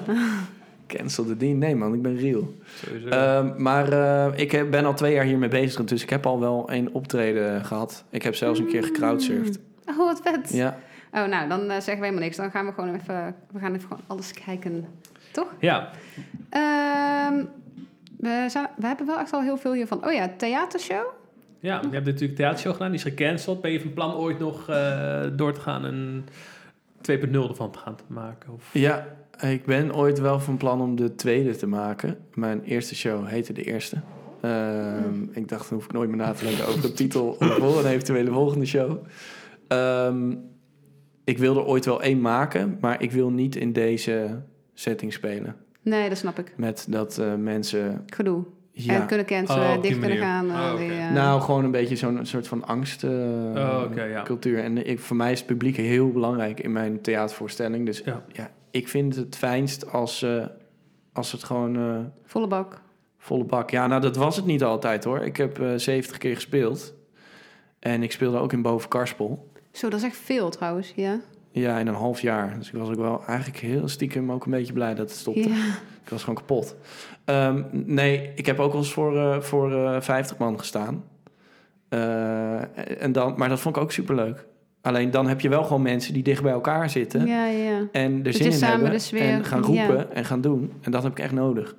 Speaker 3: Cancel de dien. Nee, man, ik ben real.
Speaker 1: Sowieso.
Speaker 3: Ehm, maar eh, ik heb- ben al twee jaar hiermee bezig, dus ik heb al wel één optreden gehad. Ik heb zelfs een keer gecrowdsurfd.
Speaker 2: Oh, wat vet.
Speaker 3: Ja,
Speaker 2: Oh, nou, dan eh, zeggen we helemaal niks. Dan gaan we gewoon even, we gaan even gewoon alles kijken. Toch?
Speaker 1: ja,
Speaker 2: Ehm, we, zijn, we hebben wel echt al heel veel hiervan. Oh ja, theatershow?
Speaker 1: ja, je hebt natuurlijk theatershow gedaan, die is gecanceld. Ben je van plan ooit nog eh, door te gaan en 2.0 ervan te gaan te maken? Of...
Speaker 3: ja ik ben ooit wel van plan om de tweede te maken. Mijn eerste show heette de eerste. Ehm, Ik dacht, dan hoef ik nooit meer na te denken over de titel of voor een eventuele volgende show. Ehm, ik wil er ooit wel één maken, maar ik wil niet in deze setting spelen.
Speaker 2: Nee, dat snap ik.
Speaker 3: Met dat eh, mensen...
Speaker 2: Gedoe.
Speaker 3: Ja,
Speaker 2: En kunnen cancelen,
Speaker 1: Oh, op die
Speaker 2: dicht kunnen
Speaker 1: manier.
Speaker 2: gaan. eh,
Speaker 1: Oh, oké.
Speaker 2: die, eh,
Speaker 3: Nou, gewoon een beetje zo'n soort van angst eh,
Speaker 1: Oh, oké, ja.
Speaker 3: cultuur. En ik, voor mij is het publiek heel belangrijk in mijn theatervoorstelling. Dus
Speaker 1: Ja.
Speaker 3: ja, ik vind het fijnst als, eh, als het gewoon eh,
Speaker 2: Volle bak.
Speaker 3: volle bak... Ja, nou, dat was het niet altijd, hoor. Ik heb eh 70 keer gespeeld. En ik speelde ook in Bovenkarspel.
Speaker 2: Zo, dat is echt veel trouwens, ja.
Speaker 3: Ja, in een half jaar. Dus ik was ook wel eigenlijk heel stiekem ook een beetje blij dat het stopte.
Speaker 2: ja.
Speaker 3: Ik was gewoon kapot. Ehm, nee, ik heb ook wel eens voor, eh, voor eh 50 man gestaan. Eh, en dan, maar dat vond ik ook superleuk. Alleen dan heb je wel gewoon mensen die dicht bij elkaar zitten.
Speaker 2: Ja, ja.
Speaker 3: En er
Speaker 2: je
Speaker 3: zin in
Speaker 2: samen
Speaker 3: hebben.
Speaker 2: de sfeer-
Speaker 3: en gaan roepen en gaan doen. En dat heb ik echt nodig.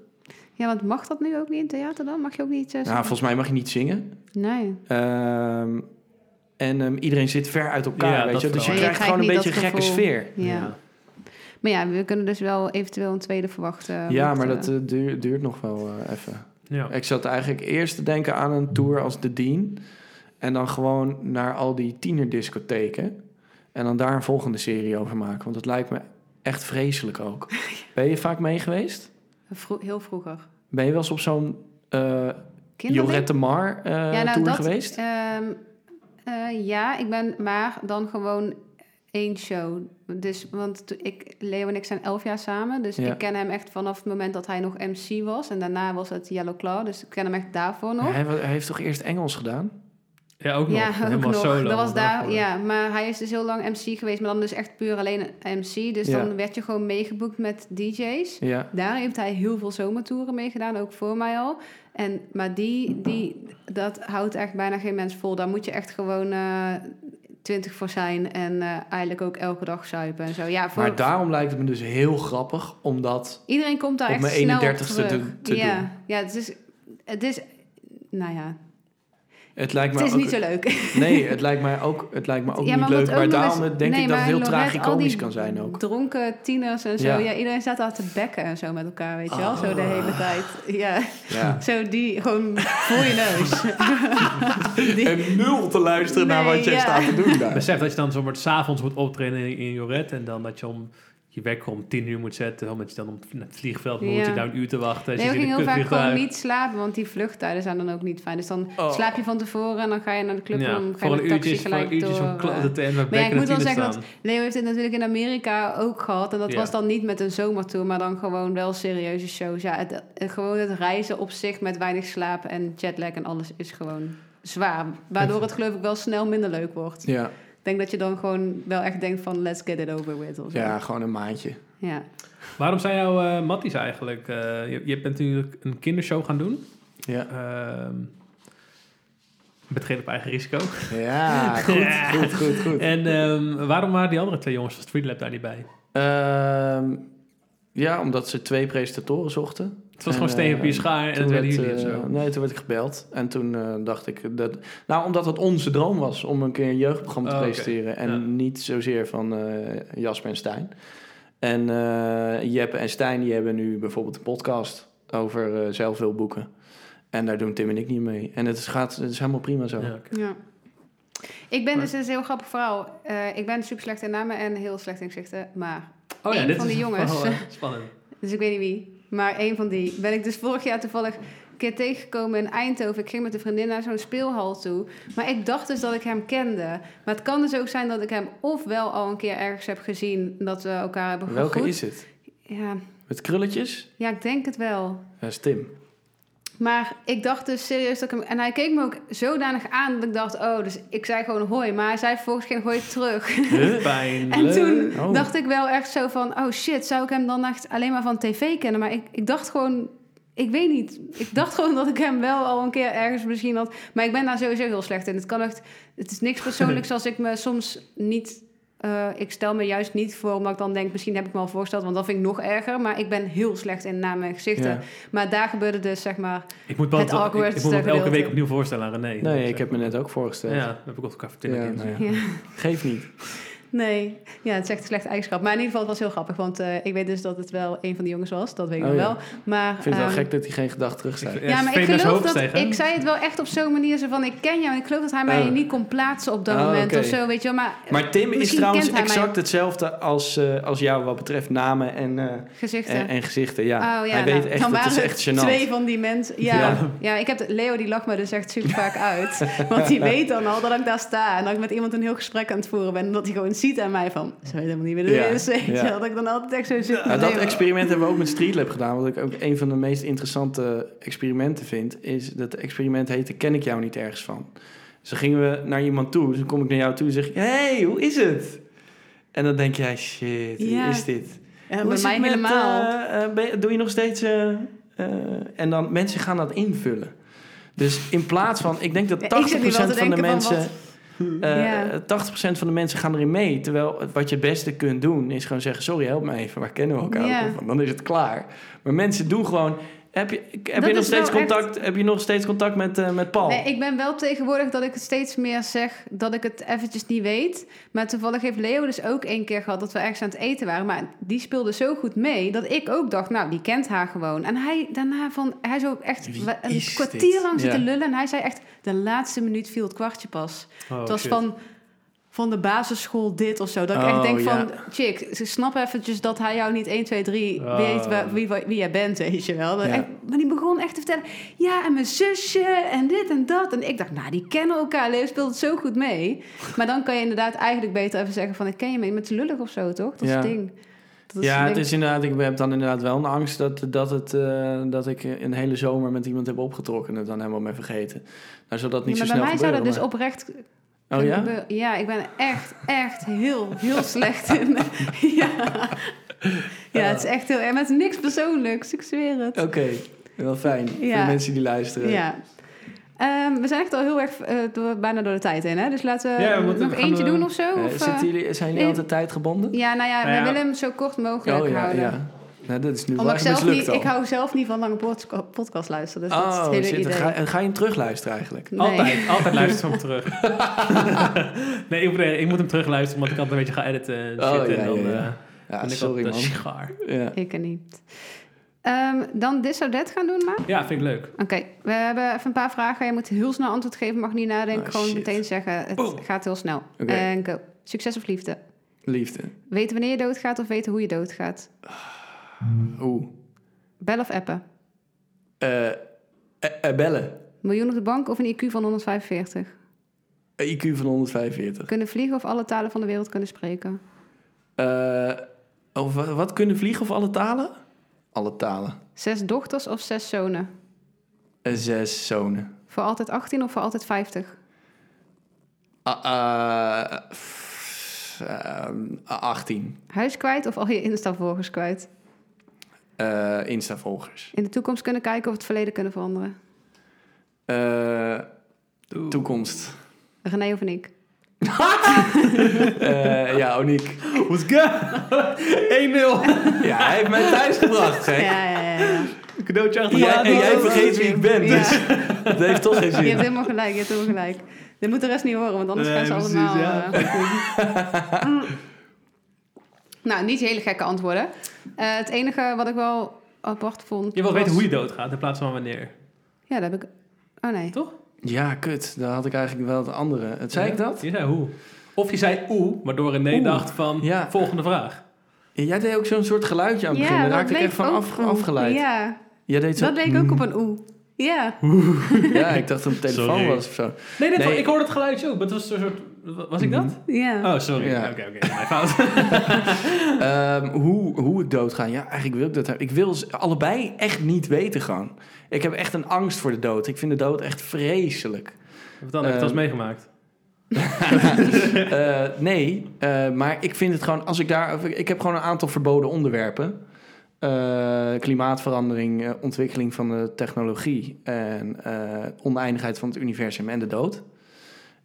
Speaker 2: Ja, want mag dat nu ook niet in theater dan? Mag je ook niet... eh,
Speaker 3: Nou, volgens mij mag je niet zingen.
Speaker 2: nee.
Speaker 3: Ehm, en ehm, iedereen zit ver uit elkaar,
Speaker 1: Ja,
Speaker 3: weet
Speaker 1: dat
Speaker 3: je. Dus je
Speaker 1: vooral.
Speaker 3: krijgt,
Speaker 2: Ja, je krijgt
Speaker 3: gewoon een
Speaker 2: niet
Speaker 3: beetje een
Speaker 2: dat
Speaker 3: gekke
Speaker 2: gevoel.
Speaker 3: sfeer.
Speaker 2: Ja. Maar ja, we kunnen dus wel eventueel een tweede verwachten.
Speaker 3: ja,
Speaker 2: Want,
Speaker 3: maar
Speaker 2: eh,
Speaker 3: dat eh, duurt, duurt nog wel eh, even.
Speaker 1: Ja.
Speaker 3: Ik zat eigenlijk eerst te denken aan een tour als de Dean. En dan gewoon naar al die tienerdiscotheken. En dan daar een volgende serie over maken. Want dat lijkt me echt vreselijk ook. Ben je vaak mee geweest?
Speaker 2: vro- eh, heel vroeger.
Speaker 3: Ben je wel eens op zo'n eh
Speaker 2: Kinderen.
Speaker 3: Jorette Mar eh,
Speaker 2: nou,
Speaker 3: tour geweest?
Speaker 2: ehm, eh, ja, ik ben maar dan gewoon één show. Dus, want to- ik, Leo en ik zijn elf jaar samen. Dus
Speaker 3: Ja.
Speaker 2: ik ken hem echt vanaf het moment dat hij nog MC was. En daarna was het Yellow Claw. Dus ik ken hem echt daarvoor nog.
Speaker 3: Hij, wa- hij heeft toch eerst Engels gedaan?
Speaker 1: ja, ook nog.
Speaker 2: Ja, ook
Speaker 1: Helemaal
Speaker 2: nog.
Speaker 1: solo.
Speaker 2: dat was daar,
Speaker 1: daarvoor.
Speaker 2: ja, maar hij is dus heel lang MC geweest. Maar dan dus echt puur alleen MC. Dus
Speaker 3: Ja.
Speaker 2: dan werd je gewoon meegeboekt met DJ's.
Speaker 3: Ja.
Speaker 2: Daar heeft hij heel veel zomertoeren mee gedaan, ook voor mij al. En, maar die, die, dat houdt echt bijna geen mens vol. Daar moet je echt gewoon eh, twintig voor zijn en eh, eigenlijk ook elke dag zuipen en zo. Ja, voor,
Speaker 3: Maar daarom lijkt het me dus heel grappig. Omdat,
Speaker 2: iedereen komt daar
Speaker 3: op
Speaker 2: echt
Speaker 3: mijn
Speaker 2: snel
Speaker 3: 31ste
Speaker 2: op terug.
Speaker 3: te- te
Speaker 2: ja,
Speaker 3: doen.
Speaker 2: ja, het is, het is, nou ja,
Speaker 3: het lijkt me
Speaker 2: het is
Speaker 3: ook-
Speaker 2: niet zo leuk.
Speaker 3: Nee, het lijkt mij ook, het lijkt me ook
Speaker 2: Ja,
Speaker 3: niet
Speaker 2: maar wat
Speaker 3: leuk.
Speaker 2: ook
Speaker 3: Maar
Speaker 2: nog
Speaker 3: daarom
Speaker 2: eens-
Speaker 3: denk
Speaker 2: nee,
Speaker 3: ik dat
Speaker 2: maar
Speaker 3: het heel
Speaker 2: Lorette, al
Speaker 3: tragicomisch
Speaker 2: die
Speaker 3: kan zijn ook.
Speaker 2: Dronken tieners en zo.
Speaker 3: Ja. Ah.
Speaker 2: Ja. iedereen staat daar te bekken en zo met elkaar, weet je wel. Zo de hele tijd. Ja,
Speaker 3: Ja.
Speaker 2: zo die, gewoon voor je neus. Die-
Speaker 3: En nul te luisteren
Speaker 2: Nee,
Speaker 3: naar wat jij
Speaker 2: ja.
Speaker 3: staat te doen daar.
Speaker 1: Besef dat je dan zomaar s'avonds moet optreden in, in Joret en dan dat je om je wekker om 10 uur moet zetten, omdat je dan op het vliegveld moet,
Speaker 2: Ja.
Speaker 1: moet je daar een uur te wachten. Dus
Speaker 2: Nee,
Speaker 1: je
Speaker 2: we
Speaker 1: zit in
Speaker 2: gingen
Speaker 1: een
Speaker 2: heel vaak gewoon
Speaker 1: kutvliegtuig.
Speaker 2: niet slapen, want die vluchttijden zijn dan ook niet fijn. Dus dan
Speaker 3: Oh.
Speaker 2: slaap je van tevoren en dan ga je naar de club en
Speaker 1: Ja,
Speaker 2: dan ga je
Speaker 1: voor
Speaker 2: met de
Speaker 1: een
Speaker 2: taxi
Speaker 1: uurtje, is- voor
Speaker 2: gelijk
Speaker 1: een uurtje
Speaker 2: door.
Speaker 1: zo'n
Speaker 2: eh.
Speaker 1: klote en waar
Speaker 2: Maar ja, ik
Speaker 1: bekken
Speaker 2: moet wel
Speaker 1: en
Speaker 2: zeggen
Speaker 1: staan.
Speaker 2: dat Leo heeft dit natuurlijk in Amerika ook gehad. En dat
Speaker 1: Ja.
Speaker 2: was dan niet met een zomertour, maar dan gewoon wel serieuze shows. Ja, het, het- gewoon het reizen op zich met weinig slaap en jetlag en alles is gewoon zwaar. Waardoor het geloof ik wel snel minder leuk wordt.
Speaker 3: Ja,
Speaker 2: Ik denk dat je dan gewoon wel echt denkt van let's get it over with. Of zo.
Speaker 3: ja, gewoon een maandje.
Speaker 2: ja.
Speaker 1: Waarom zijn jouw eh matties eigenlijk? eh, je, je bent natuurlijk een kindershow gaan doen.
Speaker 3: Ja,
Speaker 1: Ehm betreed op eigen risico.
Speaker 3: ja goed, goed, goed, goed.
Speaker 1: En ehm, waarom waren die andere twee jongens van Street Lab daar niet bij?
Speaker 3: Ehm, ja, omdat ze twee presentatoren zochten.
Speaker 1: Het was
Speaker 3: En,
Speaker 1: gewoon steen op je
Speaker 3: eh,
Speaker 1: schaar en dat
Speaker 3: werd,
Speaker 1: werden jullie of
Speaker 3: eh,
Speaker 1: zo.
Speaker 3: Nee, toen werd ik gebeld. En toen eh, dacht ik... Dat, nou, omdat het onze droom was om een keer een jeugdprogramma te
Speaker 1: Oh, oké.
Speaker 3: presenteren. En
Speaker 1: Ja.
Speaker 3: niet zozeer van eh, Jasper en Stijn. En eh Jeppe en Stijn die hebben nu bijvoorbeeld een podcast over eh, zelf wil boeken. En daar doen Tim en ik niet mee. En het is, gaat, het is helemaal prima zo.
Speaker 1: Ja, oké.
Speaker 2: Ja. Ik ben
Speaker 1: Maar-
Speaker 2: dus, dat is een heel grappig verhaal. Eh, ik ben super slecht in namen en heel slecht in gezichten. Maar
Speaker 1: Oh ja,
Speaker 2: Eén
Speaker 1: dit
Speaker 2: van
Speaker 1: is
Speaker 2: die jongens.
Speaker 1: wel, eh, spannend.
Speaker 2: Dus ik weet niet wie. Maar één van die ben ik dus vorig jaar toevallig een keer tegengekomen in Eindhoven. Ik ging met een vriendin naar zo'n speelhal toe. Maar ik dacht dus dat ik hem kende. Maar het kan dus ook zijn dat ik hem ofwel al een keer ergens heb gezien. Dat we elkaar hebben gegroet.
Speaker 3: Welke is het?
Speaker 2: Ja.
Speaker 3: Met krulletjes?
Speaker 2: ja, ik denk het wel.
Speaker 3: Dat is Tim.
Speaker 2: Maar ik dacht dus serieus dat ik hem... En hij keek me ook zodanig aan dat ik dacht... Oh, dus ik zei gewoon hoi. Maar hij zei vervolgens geen hoi terug.
Speaker 1: Pijnlijk.
Speaker 2: En toen
Speaker 3: Oh.
Speaker 2: dacht ik wel echt zo van... Oh shit, zou ik hem dan echt alleen maar van tv kennen? Maar ik, ik dacht gewoon... Ik weet niet. Ik dacht gewoon dat ik hem wel al een keer ergens misschien had. Maar ik ben daar sowieso heel slecht in. Het kan echt... Het is niks persoonlijks als ik me soms niet... eh, ik stel me juist niet voor, omdat ik dan denk... Misschien heb ik me al voorgesteld, want dat vind ik nog erger. Maar ik ben heel slecht in namen en gezichten.
Speaker 3: Ja.
Speaker 2: Maar daar gebeurde dus, zeg maar...
Speaker 1: Ik moet wel
Speaker 2: Het
Speaker 1: ik- ik,
Speaker 2: awkwardste
Speaker 1: moet het elke
Speaker 2: gedeelte.
Speaker 1: week opnieuw voorstellen aan René. Dat
Speaker 3: Nee,
Speaker 1: is,
Speaker 3: ik
Speaker 1: eh,
Speaker 3: heb me net ook voorgesteld.
Speaker 1: Ja, dat heb ik ook elkaar verteld.
Speaker 3: Ja,
Speaker 1: Ja,
Speaker 3: nou ja.
Speaker 2: Ja.
Speaker 3: Geef niet.
Speaker 2: Nee, ja, het is echt een slechte eigenschap. Maar in ieder geval, het was heel grappig. Want eh, ik weet dus dat het wel een van de jongens was. Dat weet ik
Speaker 3: Oh,
Speaker 2: nog
Speaker 3: ja.
Speaker 2: wel. Maar,
Speaker 3: Ik vind het wel
Speaker 2: ehm,
Speaker 3: gek dat hij geen gedacht terug zei.
Speaker 2: Ja, maar ik
Speaker 1: Venus
Speaker 2: geloof dat...
Speaker 1: Hoogsteeg, hè?
Speaker 2: Ik zei het wel echt op zo'n manier. Zo van, ik ken jou. En ik geloof dat hij mij
Speaker 3: Oh.
Speaker 2: niet kon plaatsen op dat
Speaker 3: Oh,
Speaker 2: moment
Speaker 3: oké.
Speaker 2: of zo. Weet je wel. Maar,
Speaker 3: Maar Tim is
Speaker 2: Eh, Misschien
Speaker 3: trouwens
Speaker 2: kent hij mij
Speaker 3: exact
Speaker 2: ook.
Speaker 3: hetzelfde als, eh, als jou wat betreft namen en, eh,
Speaker 2: gezichten.
Speaker 3: en, en gezichten. Ja.
Speaker 2: oh ja,
Speaker 3: hij
Speaker 2: nou,
Speaker 3: weet echt,
Speaker 2: dan
Speaker 3: het
Speaker 2: waren
Speaker 3: is echt gênant.
Speaker 2: twee van die mensen. Ja,
Speaker 1: Ja.
Speaker 2: ja. ik heb... de- Leo die lacht me dus echt super vaak uit. Want die weet dan al dat ik daar sta. En dat ik met iemand een heel gesprek aan het voeren ben. En dat hij gewoon ziet aan mij van... Zou je helemaal niet willen
Speaker 3: Ja,
Speaker 2: doen? Dus weet je
Speaker 3: ja.
Speaker 2: wel, Dat ik dan altijd echt zo zit.
Speaker 3: Nou, dat
Speaker 2: Nee,
Speaker 3: experiment hebben we ook met Streetlab gedaan. Wat ik ook een van de meest interessante experimenten vind, is dat experiment heette Ken ik jou niet ergens van? Dus dan gingen we naar iemand toe. Dus dan kom ik naar jou toe en zeg ik, hey, hoe is het? En dan denk jij, shit, hoe
Speaker 2: Ja.
Speaker 3: is dit?
Speaker 2: Ja,
Speaker 3: Hoe
Speaker 2: bij
Speaker 3: is
Speaker 2: mij
Speaker 3: het met,
Speaker 2: helemaal.
Speaker 3: eh, eh, ben je- doe je nog steeds... eh, eh, en dan, mensen gaan dat invullen. Dus in plaats van, ik denk dat 80%
Speaker 2: Ja, ik zit nu wel te
Speaker 3: van de
Speaker 2: denken van
Speaker 3: mensen... eh,
Speaker 2: Ja.
Speaker 3: 80% van de mensen gaan erin mee. Terwijl het- wat je het beste kunt doen is gewoon zeggen... sorry, help me even, waar kennen we elkaar
Speaker 2: Ja.
Speaker 3: ook van? Dan is het klaar. Maar mensen doen gewoon... Heb je, heb
Speaker 2: Dat
Speaker 3: je, nog,
Speaker 2: is
Speaker 3: steeds
Speaker 2: wel echt-
Speaker 3: contact, heb je nog steeds contact met, eh, met Paul?
Speaker 2: Nee, ik ben wel tegenwoordig dat ik het steeds meer zeg dat ik het eventjes niet weet. Maar toevallig heeft Leo dus ook één keer gehad dat we ergens aan het eten waren. Maar die speelde zo goed mee dat ik ook dacht, nou, die kent haar gewoon. En hij daarna van, hij zo echt
Speaker 3: Wie
Speaker 2: wa- een
Speaker 3: is
Speaker 2: kwartier
Speaker 3: dit?
Speaker 2: lang zitten
Speaker 3: Ja.
Speaker 2: lullen. En hij zei echt, de laatste minuut viel het kwartje pas.
Speaker 1: Oh,
Speaker 2: het was
Speaker 1: shit.
Speaker 2: van, van de basisschool dit of zo. Dat ik
Speaker 3: Oh,
Speaker 2: echt denk
Speaker 3: ja.
Speaker 2: van, chick, ze snap eventjes dat hij jou niet 1, 2, 3
Speaker 1: Oh.
Speaker 2: weet wa- wie, wa- wie jij bent, weet je wel. Dat
Speaker 3: Ja.
Speaker 2: echt- maar die begon echt te vertellen, ja, en mijn zusje en dit en dat. En ik dacht, nou, die kennen elkaar. Leo speelt het zo goed mee. Maar dan kan je inderdaad eigenlijk beter even zeggen van, ik ken je mee met lullig of zo, toch? Dat is
Speaker 3: Ja.
Speaker 2: het ding. Dat
Speaker 3: ja,
Speaker 2: denk
Speaker 3: het
Speaker 2: ik-
Speaker 3: is inderdaad, ik heb dan inderdaad wel een angst dat, dat, het, eh, dat ik een hele zomer met iemand heb opgetrokken en het dan helemaal ben vergeten. Nou, zodat niet
Speaker 2: Ja,
Speaker 3: zo
Speaker 2: maar bij mij
Speaker 3: snel
Speaker 2: zou dat
Speaker 3: gebeuren,
Speaker 2: dus oprecht
Speaker 3: maar- Oh ja?
Speaker 2: gebeuren. Ja, ik ben echt, echt heel, heel slecht in. ja. ja, het is echt heel erg. Maar het is niks persoonlijks, ik zweer het.
Speaker 3: Oké, wel fijn voor
Speaker 2: Ja.
Speaker 3: de mensen die luisteren.
Speaker 2: Ja. Ehm, we zijn echt al heel erg eh, door- bijna door de tijd heen, hè? Dus laten we,
Speaker 1: Ja, we moeten-
Speaker 2: nog
Speaker 1: gaan
Speaker 2: eentje
Speaker 1: we-
Speaker 2: doen of zo?
Speaker 3: Eh,
Speaker 2: of, eh,
Speaker 3: zitten jullie, zijn jullie
Speaker 2: nee.
Speaker 3: altijd tijdgebonden?
Speaker 2: ja, nou ja,
Speaker 1: Nou ja.
Speaker 2: we willen hem zo kort mogelijk
Speaker 3: oh ja,
Speaker 2: houden.
Speaker 3: ja. Nou, dat is nu wel
Speaker 2: Omdat ik
Speaker 3: echt
Speaker 2: zelf
Speaker 3: mislukt
Speaker 2: niet,
Speaker 3: al.
Speaker 2: ik hou zelf niet van lange pod- podcast luisteren, dus dat is het
Speaker 3: oh,
Speaker 2: hele
Speaker 3: shit, dan
Speaker 2: idee.
Speaker 3: ga, en ga je hem terugluisteren eigenlijk?
Speaker 2: Nee.
Speaker 1: Altijd, altijd luister hem terug. nee, ik moet, nee, ik moet hem terugluisteren, want ik altijd een beetje ga editen en
Speaker 3: Oh,
Speaker 1: shit.
Speaker 3: ja,
Speaker 1: en dan
Speaker 3: ja, ja.
Speaker 1: eh, ben
Speaker 3: Ja,
Speaker 1: ik
Speaker 3: sorry
Speaker 1: altijd
Speaker 3: man.
Speaker 1: een sigaar.
Speaker 3: Ja.
Speaker 2: Ik er niet. Ehm, dan dit zou dat gaan doen, maar?
Speaker 1: Ja, vind ik leuk.
Speaker 2: Oké, we hebben even een paar vragen. Je moet heel snel antwoord geven, mag niet nadenken.
Speaker 3: Oh,
Speaker 2: Gewoon
Speaker 3: shit.
Speaker 2: meteen zeggen, het
Speaker 1: Boom.
Speaker 2: gaat heel snel.
Speaker 3: Oké.
Speaker 2: En go. Succes of liefde?
Speaker 3: Liefde.
Speaker 2: Weten wanneer je doodgaat of weten hoe je doodgaat?
Speaker 3: Oeh.
Speaker 2: Bellen of appen?
Speaker 3: Eh, eh, eh, bellen.
Speaker 2: Miljoen op de bank of een IQ van 145?
Speaker 3: Een IQ Eh, van 145.
Speaker 2: Kunnen vliegen of alle talen van de wereld kunnen spreken?
Speaker 3: Eh, of wa- wat kunnen vliegen of alle talen? Alle talen.
Speaker 2: Zes dochters of zes zonen?
Speaker 3: Eh, zes zonen.
Speaker 2: Voor altijd 18 of voor altijd 50?
Speaker 3: Ah, ah, pff, ehm, 18
Speaker 2: Huis kwijt of al je Insta-volgers kwijt?
Speaker 3: eh Insta-volgers.
Speaker 2: In de toekomst kunnen kijken of het verleden kunnen veranderen?
Speaker 3: Eh,
Speaker 1: Doe.
Speaker 3: toekomst.
Speaker 2: René of ik?
Speaker 3: Eh, ja, Oniek.
Speaker 1: What's good? 1-0.
Speaker 3: Ja, hij heeft mij thuis gebracht, gek.
Speaker 2: Ja, ja, ja. ja.
Speaker 1: Cadeautje achter
Speaker 3: Jij, en jij
Speaker 2: Oh,
Speaker 3: vergeet wie ik ben,
Speaker 2: ja.
Speaker 3: dus dat heeft toch geen
Speaker 2: Je hebt
Speaker 3: zin.
Speaker 2: helemaal gelijk, je hebt helemaal gelijk. Dit moet de rest niet horen, want anders
Speaker 1: Nee,
Speaker 2: gaan ze
Speaker 1: precies,
Speaker 2: allemaal...
Speaker 1: ja.
Speaker 2: eh, goed doen. Mm. Nou, niet hele gekke antwoorden. Eh, het enige wat ik wel apart vond.
Speaker 1: Je wilt
Speaker 2: was-
Speaker 1: weten hoe je doodgaat in plaats van wanneer.
Speaker 2: Ja, dat heb ik. Oh nee.
Speaker 1: Toch?
Speaker 3: Ja, kut. Daar had ik eigenlijk wel het andere. Het zei
Speaker 1: Ja,
Speaker 3: ik dat?
Speaker 1: Je zei hoe. Of je zei oeh, waardoor René
Speaker 3: Oeh.
Speaker 1: dacht van
Speaker 3: Ja.
Speaker 1: volgende vraag.
Speaker 3: Ja, jij deed ook zo'n soort geluidje aan het
Speaker 2: ja,
Speaker 3: begin.
Speaker 2: dat
Speaker 3: Daar raakte ik
Speaker 2: leek
Speaker 3: echt van
Speaker 2: ook
Speaker 3: af,
Speaker 2: oeh.
Speaker 3: afgeleid. hmm.
Speaker 2: Ja,
Speaker 3: Jij deed zo...
Speaker 2: dat leek ook op een oeh. Ja.
Speaker 3: Hmm. Ja, ik dacht dat het een telefoon
Speaker 1: Sorry.
Speaker 3: was of zo.
Speaker 1: Nee, dit,
Speaker 3: Nee. Mhm.
Speaker 1: ik hoorde het geluidje ook. maar Het was een soort... Was ik dat?
Speaker 2: Ja.
Speaker 3: Ah,
Speaker 1: Oh, sorry.
Speaker 3: Ja.
Speaker 1: Oké, oké. Mijn fout.
Speaker 3: Ehm, hoe, hoe ik dood ga? Ja, eigenlijk wil ik dat hebben. Ik wil ze allebei echt niet weten gewoon. Ik heb echt een angst voor de dood. Ik vind de dood echt vreselijk.
Speaker 1: Wat dan? Heb je het
Speaker 3: Ehm.
Speaker 1: als meegemaakt?
Speaker 3: Eh, nee, eh, maar ik vind het gewoon... Als ik, daar, ik heb gewoon een aantal verboden onderwerpen. Eh, klimaatverandering, eh, ontwikkeling van de technologie... en eh, oneindigheid van het universum en de dood.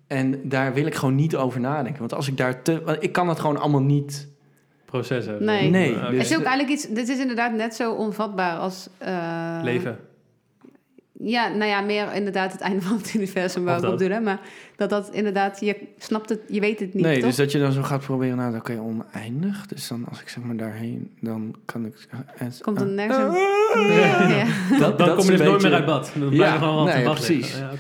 Speaker 3: En daar wil ik gewoon niet over nadenken. Want als ik daar te... want Ik kan het gewoon allemaal niet...
Speaker 1: Processen. Oh,
Speaker 2: Nee.
Speaker 3: Nee,
Speaker 1: Oké.
Speaker 3: dus-
Speaker 2: Het is ook eigenlijk iets, dit is inderdaad net zo onvatbaar als... eh,
Speaker 1: Leven.
Speaker 2: Ja, nou ja, meer inderdaad het einde van het universum
Speaker 1: Of
Speaker 2: waar ik
Speaker 1: dat.
Speaker 2: op doe. Maar dat dat inderdaad, je snapt het, je weet het niet,
Speaker 3: nee,
Speaker 2: toch?
Speaker 3: dus dat je dan zo gaat proberen... Nou, oké, oneindig. Dus dan als ik zeg maar daarheen... Dan kan ik...
Speaker 2: Komt er nergens
Speaker 3: Ah.
Speaker 2: Ja, ja.
Speaker 1: Dan,
Speaker 3: dat
Speaker 1: kom
Speaker 3: is
Speaker 1: je dus
Speaker 3: een
Speaker 1: nooit
Speaker 3: beetje-
Speaker 1: meer uit bad. Dan blijf je gewoon altijd
Speaker 3: nee,
Speaker 1: in bad liggen.
Speaker 3: precies.
Speaker 1: Ja, oké.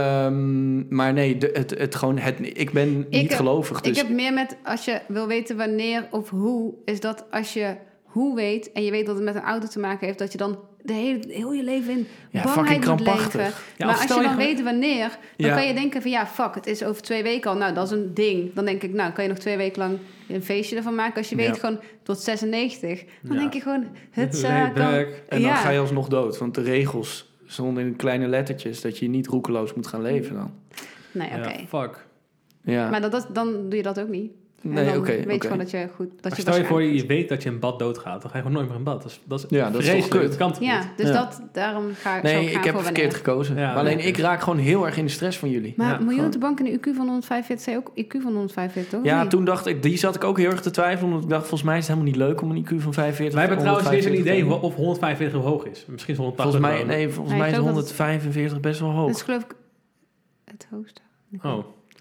Speaker 3: Ehm, maar nee, de- het, het gewoon, het, ik ben niet
Speaker 2: heb-
Speaker 3: gelovig. Dus
Speaker 2: eh, Ik heb meer met, als je wil weten wanneer of hoe, is dat als je hoe weet en je weet dat het met een auto te maken heeft, dat je dan de hele, heel je leven in
Speaker 3: Ja, fucking
Speaker 2: bangheid moet
Speaker 3: krampachtig.
Speaker 2: leven.
Speaker 1: Ja,
Speaker 2: maar
Speaker 1: of
Speaker 2: als je
Speaker 1: stel
Speaker 2: dan
Speaker 1: je gewoon-
Speaker 2: weet wanneer, dan
Speaker 3: Ja.
Speaker 2: kan je denken van ja, fuck, het is over twee weken al. Nou, dat is een ding. Dan denk ik, nou, kan je nog twee weken lang een feestje ervan maken. Als je weet
Speaker 3: Ja.
Speaker 2: gewoon tot 96, dan
Speaker 1: Ja.
Speaker 2: denk je gewoon, het
Speaker 1: Laid
Speaker 2: zou kan...
Speaker 1: back.
Speaker 3: en dan
Speaker 2: ja.
Speaker 3: ga je alsnog dood. Want de regels stonden in kleine lettertjes dat je niet roekeloos moet gaan leven dan.
Speaker 2: Nee, oké.
Speaker 1: Ja, fuck.
Speaker 3: Ja,
Speaker 2: Maar dat, dat, dan doe je dat ook niet. En
Speaker 3: nee,
Speaker 2: dan
Speaker 3: oké.
Speaker 2: weet je
Speaker 3: oké.
Speaker 2: gewoon dat je goed... Dat
Speaker 1: Maar
Speaker 2: je
Speaker 1: stel je voor,
Speaker 2: waarschijnlijk-
Speaker 1: je weet dat je in bad doodgaat. Dan ga je gewoon nooit meer in bad. Dat is, dat is
Speaker 3: Ja, dat is toch
Speaker 1: vreselijk.
Speaker 3: kut.
Speaker 1: Dat kan toch niet?
Speaker 2: Ja, dus
Speaker 3: Ja.
Speaker 2: dat, daarom ga ik zou
Speaker 3: Nee,
Speaker 2: gaan
Speaker 3: ik heb
Speaker 2: voor
Speaker 3: verkeerd
Speaker 2: wanneer.
Speaker 3: gekozen.
Speaker 1: Ja,
Speaker 3: maar alleen
Speaker 1: oké.
Speaker 3: ik raak gewoon heel erg in de stress van jullie.
Speaker 2: Maar
Speaker 1: Ja,
Speaker 2: miljoenen
Speaker 3: gewoon.
Speaker 2: te banken en een IQ van 145 zei ook IQ van 145, toch?
Speaker 3: Ja,
Speaker 2: Nee.
Speaker 3: toen dacht ik, die zat ik ook heel erg te twijfelen. Omdat ik dacht, volgens mij is het helemaal niet leuk om een IQ van 45
Speaker 1: Wij hebben
Speaker 3: of
Speaker 1: trouwens niet eens een
Speaker 3: 145
Speaker 1: idee
Speaker 3: te
Speaker 1: hoe- of 145 hoe hoog is. Misschien is 180
Speaker 3: Volgens mij,
Speaker 1: wel.
Speaker 3: nee, volgens
Speaker 2: Nee,
Speaker 3: mij is
Speaker 2: ik geloof dat het-
Speaker 3: 145 best wel
Speaker 2: Dat
Speaker 3: hoog.
Speaker 2: is geloof ik het hoogste.
Speaker 1: Oh,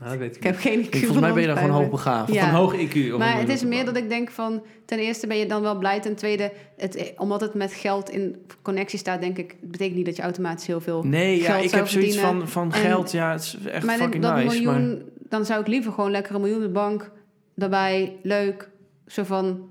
Speaker 1: nou, dat weet ik
Speaker 2: Ik heb
Speaker 1: niet.
Speaker 2: geen IQ van
Speaker 3: Volgens mij ben je daar gewoon hoog
Speaker 2: 145.
Speaker 3: begaafd.
Speaker 2: Ja.
Speaker 1: Van hoog IQ. of
Speaker 2: Maar
Speaker 1: een-
Speaker 2: het is meer dat ik denk van... Ten eerste ben je dan wel blij. Ten tweede, het, omdat het met geld in connectie staat... denk ik, het betekent niet dat je automatisch heel veel...
Speaker 3: Nee, ja,
Speaker 2: geld
Speaker 3: ik
Speaker 2: zou
Speaker 3: heb zoiets
Speaker 2: verdienen.
Speaker 3: van, van
Speaker 2: En-
Speaker 3: geld. Ja, het is echt
Speaker 2: maar dat-
Speaker 3: fucking
Speaker 2: dat
Speaker 3: nice. maar-
Speaker 2: miljoen, dan zou ik liever gewoon lekker een miljoen op de bank... daarbij, leuk, zo van...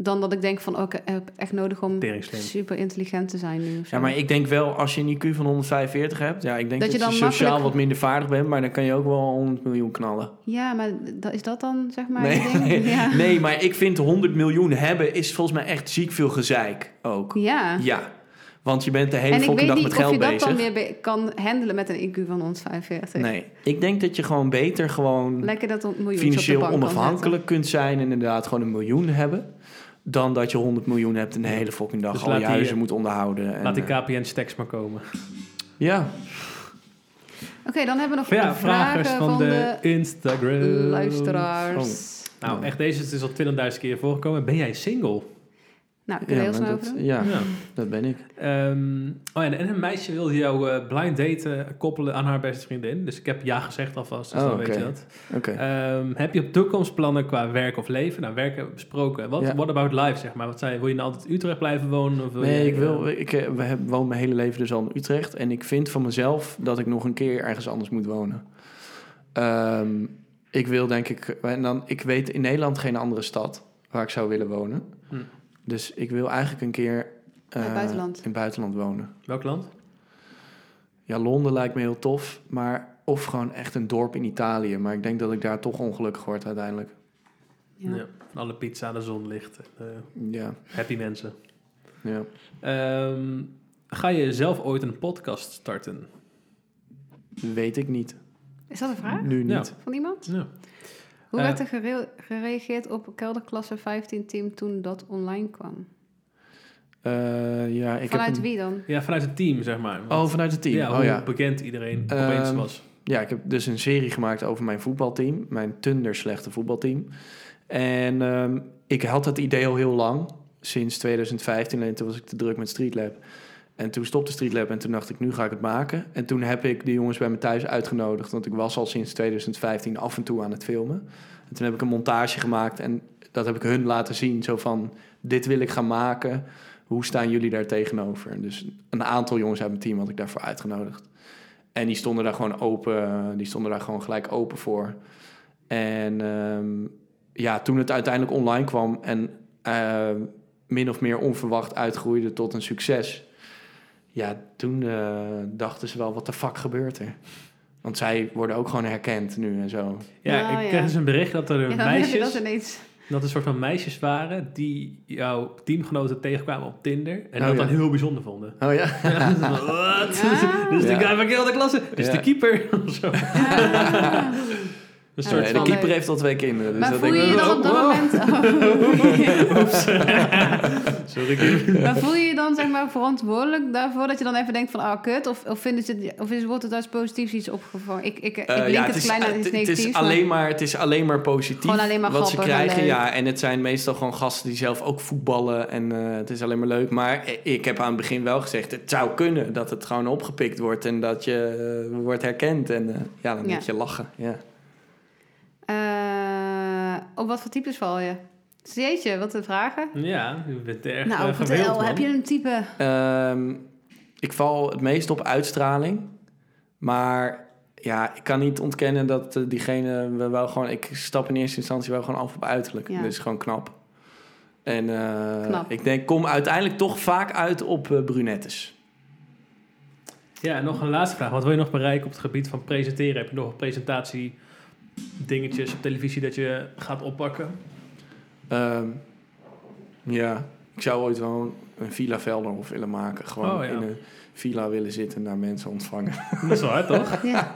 Speaker 2: dan dat ik denk van, oh, ik heb echt nodig om...
Speaker 1: Tering slim.
Speaker 2: super intelligent te zijn nu of zo.
Speaker 3: Ja, maar ik denk wel, als je een IQ van 145 hebt... Ja, ik
Speaker 2: Dat
Speaker 3: denk dat,
Speaker 2: je
Speaker 3: je,
Speaker 2: dan
Speaker 3: sociaal
Speaker 2: makkelijk-
Speaker 3: wat minder vaardig bent... maar dan kan je ook wel 100 miljoen knallen.
Speaker 2: Ja, maar da- is dat dan zeg maar
Speaker 3: nee,
Speaker 2: je ding?
Speaker 3: nee,
Speaker 2: Ja.
Speaker 3: nee, maar ik vind 100 miljoen hebben... is volgens mij echt ziek veel gezeik ook. Ja.
Speaker 2: ja.
Speaker 3: Want je bent de hele
Speaker 2: En ik weet
Speaker 3: fucking dag
Speaker 2: niet
Speaker 3: met
Speaker 2: of je
Speaker 3: geld
Speaker 2: dat
Speaker 3: bezig.
Speaker 2: dan weer be- kan handelen met een IQ van ons 45.
Speaker 3: Nee, ik denk dat je gewoon beter gewoon...
Speaker 2: Lekker dat miljoen op de
Speaker 3: financieel
Speaker 2: bank kan
Speaker 3: onafhankelijk kunt zijn... en inderdaad gewoon een miljoen hebben... dan dat je 100 miljoen hebt en de hele fucking dag...
Speaker 1: Dus
Speaker 3: al
Speaker 1: laat
Speaker 3: je
Speaker 1: die-
Speaker 3: huizen moet onderhouden. En,
Speaker 1: Laat die
Speaker 3: eh,
Speaker 1: KPN-stacks maar komen.
Speaker 3: Ja,
Speaker 2: zetten. Oké, dan hebben we nog
Speaker 1: Ja,
Speaker 2: vragen
Speaker 1: vragers van, de,
Speaker 2: de
Speaker 1: Instagram.
Speaker 2: luisteraars.
Speaker 3: Oh.
Speaker 1: Nou, echt, deze is dus al 20.000 keer voorgekomen. Ben jij single?
Speaker 2: Nou, kunnen we
Speaker 3: ja,
Speaker 2: heel snel
Speaker 3: maar
Speaker 2: over
Speaker 3: dat,
Speaker 2: doen?
Speaker 3: ja, dat ben ik.
Speaker 1: Ehm, oh ja, en een meisje wilde jou eh, blind daten koppelen aan haar beste vriendin. Dus ik heb ja gezegd alvast, dus
Speaker 3: Oh,
Speaker 1: dan weet
Speaker 3: oké.
Speaker 1: je dat.
Speaker 3: Oké.
Speaker 1: Ehm, heb je toekomstplannen qua werk of leven? Nou, werk hebben we besproken. Wat
Speaker 3: Ja.
Speaker 1: what about life, zeg maar? Wat zei, je? wil je nou altijd Utrecht blijven wonen? Of wil
Speaker 3: Nee,
Speaker 1: je,
Speaker 3: ik, wil,
Speaker 1: eh,
Speaker 3: ik eh, we heb- woon mijn hele leven dus al in Utrecht. En ik vind van mezelf dat ik nog een keer ergens anders moet wonen. Ehm, ik wil denk ik... En dan, ik weet in Nederland geen andere stad waar ik zou willen wonen.
Speaker 1: Hm.
Speaker 3: Dus ik wil eigenlijk een keer... eh,
Speaker 2: In het buitenland.
Speaker 3: In het buitenland wonen.
Speaker 1: welk land?
Speaker 3: Ja, Londen lijkt me heel tof. Maar of gewoon echt een dorp in Italië. Maar ik denk dat ik daar toch ongelukkig word uiteindelijk.
Speaker 2: Ja.
Speaker 1: Van alle pizza, de zon licht. eh,
Speaker 3: Ja,
Speaker 1: happy mensen.
Speaker 3: ja.
Speaker 1: Ehm, ga je zelf ooit een podcast starten?
Speaker 3: weet ik niet.
Speaker 2: Is dat een vraag
Speaker 3: Nu
Speaker 1: Ja.
Speaker 3: niet.
Speaker 2: van iemand?
Speaker 1: Ja.
Speaker 2: Hoe
Speaker 1: Eh.
Speaker 2: werd er gere- gereageerd op kelderklasse 15 team toen dat online kwam?
Speaker 3: Eh, ja, ik
Speaker 2: Vanuit
Speaker 3: heb een-
Speaker 2: wie dan?
Speaker 1: Ja, vanuit het team, zeg maar. Want-
Speaker 3: Oh, vanuit het team.
Speaker 1: Ja,
Speaker 3: oh
Speaker 1: hoe
Speaker 3: ja.
Speaker 1: bekend iedereen
Speaker 3: Ehm,
Speaker 1: opeens was.
Speaker 3: Ja, ik heb dus een serie gemaakt over mijn voetbalteam. Mijn tunderslechte voetbalteam. En ehm, ik had het idee al heel lang. Sinds 2015. Alleen toen was ik te druk met Street Lab. En toen stopte Street Lab en toen dacht ik, nu ga ik het maken. En toen heb ik de jongens bij me thuis uitgenodigd, want ik was al sinds 2015 af en toe aan het filmen. En toen heb ik een montage gemaakt en dat heb ik hun laten zien. Zo van, dit wil ik gaan maken, hoe staan jullie daar tegenover? En dus een aantal jongens uit mijn team had ik daarvoor uitgenodigd. En die stonden daar gewoon open, eh, die stonden daar gewoon gelijk open voor. En ehm, ja, toen het uiteindelijk online kwam en eh, min of meer onverwacht uitgroeide tot een succes... Ja, toen eh, dachten ze wel, wat de fuck gebeurt er? Want zij worden ook gewoon herkend nu en zo.
Speaker 1: Ja,
Speaker 2: Nou,
Speaker 1: ik
Speaker 2: ja.
Speaker 1: kreeg dus een bericht dat er
Speaker 2: Ja, dan heb je
Speaker 1: meisjes...
Speaker 2: dat
Speaker 1: dat,
Speaker 2: ineens.
Speaker 1: er soort van meisjes waren die jouw teamgenoten tegenkwamen op Tinder. En
Speaker 3: Oh,
Speaker 1: dat
Speaker 3: ja.
Speaker 1: dan heel bijzonder vonden.
Speaker 3: Oh ja?
Speaker 1: Ja, dat is wel, Wat?
Speaker 2: Ah.
Speaker 1: Dit is
Speaker 3: Ja.
Speaker 1: de guy van heel de klasse. Dit is
Speaker 3: Ja.
Speaker 1: de keeper. Of zo.
Speaker 3: Dus
Speaker 2: Ah.
Speaker 1: Een
Speaker 2: Ja,
Speaker 1: soort
Speaker 3: Nee, de
Speaker 1: van...
Speaker 2: keep-
Speaker 3: keeper heeft al twee kinderen. Dus
Speaker 2: maar
Speaker 3: dat
Speaker 2: voel je
Speaker 3: denk
Speaker 2: je
Speaker 3: ik-
Speaker 2: dan op dat
Speaker 1: Wow.
Speaker 2: moment... Oh.
Speaker 1: Oeps. Sorry, keeper.
Speaker 2: Maar voel je je dan zeg maar verantwoordelijk daarvoor dat je dan even denkt van ah kut of of vinden ze het of is wordt het als positiefs iets opgevangen? Ik ik, ik
Speaker 3: Eh,
Speaker 2: link het, klein naar
Speaker 3: eh,
Speaker 2: iets
Speaker 3: het- het
Speaker 2: negatiefs.
Speaker 3: is
Speaker 2: maar-
Speaker 3: alleen maar, het is alleen maar positief
Speaker 2: Gewoon alleen maar
Speaker 3: wat ze
Speaker 2: grappig en
Speaker 3: krijgen.
Speaker 2: leuk.
Speaker 3: ja, en het zijn meestal gewoon gasten die zelf ook voetballen. En eh, het is alleen maar leuk. Maar eh, ik heb aan het begin wel gezegd, het zou kunnen dat het gewoon opgepikt wordt en dat je eh, wordt herkend. En eh, ja, dan
Speaker 2: Ja.
Speaker 3: moet je lachen. Ja.
Speaker 2: Eh, op wat voor types val je? Dus Jeetje, wat te vragen.
Speaker 1: Ja, je bent erg
Speaker 2: nou,
Speaker 1: nou,
Speaker 2: vertel, heb je een type?
Speaker 3: Ehm, ik val het meest op uitstraling. Maar ja, ik kan niet ontkennen dat eh, diegene we wel gewoon. Ik stap in eerste instantie wel gewoon af op uiterlijk.
Speaker 2: Ja.
Speaker 3: Dus gewoon knap. En eh,
Speaker 2: Knap.
Speaker 3: ik denk, kom uiteindelijk toch vaak uit op eh, brunettes.
Speaker 1: Ja, en nog een laatste vraag. Wat wil je nog bereiken op het gebied van presenteren? Heb je nog presentatie dingetjes op televisie dat je gaat oppakken?
Speaker 3: Ehm, ja, ik zou ooit wel een villa velder of willen maken. Gewoon
Speaker 1: Oh, ja.
Speaker 3: in een villa willen zitten en daar mensen ontvangen.
Speaker 1: Dat is wel hard, toch?
Speaker 2: Ja.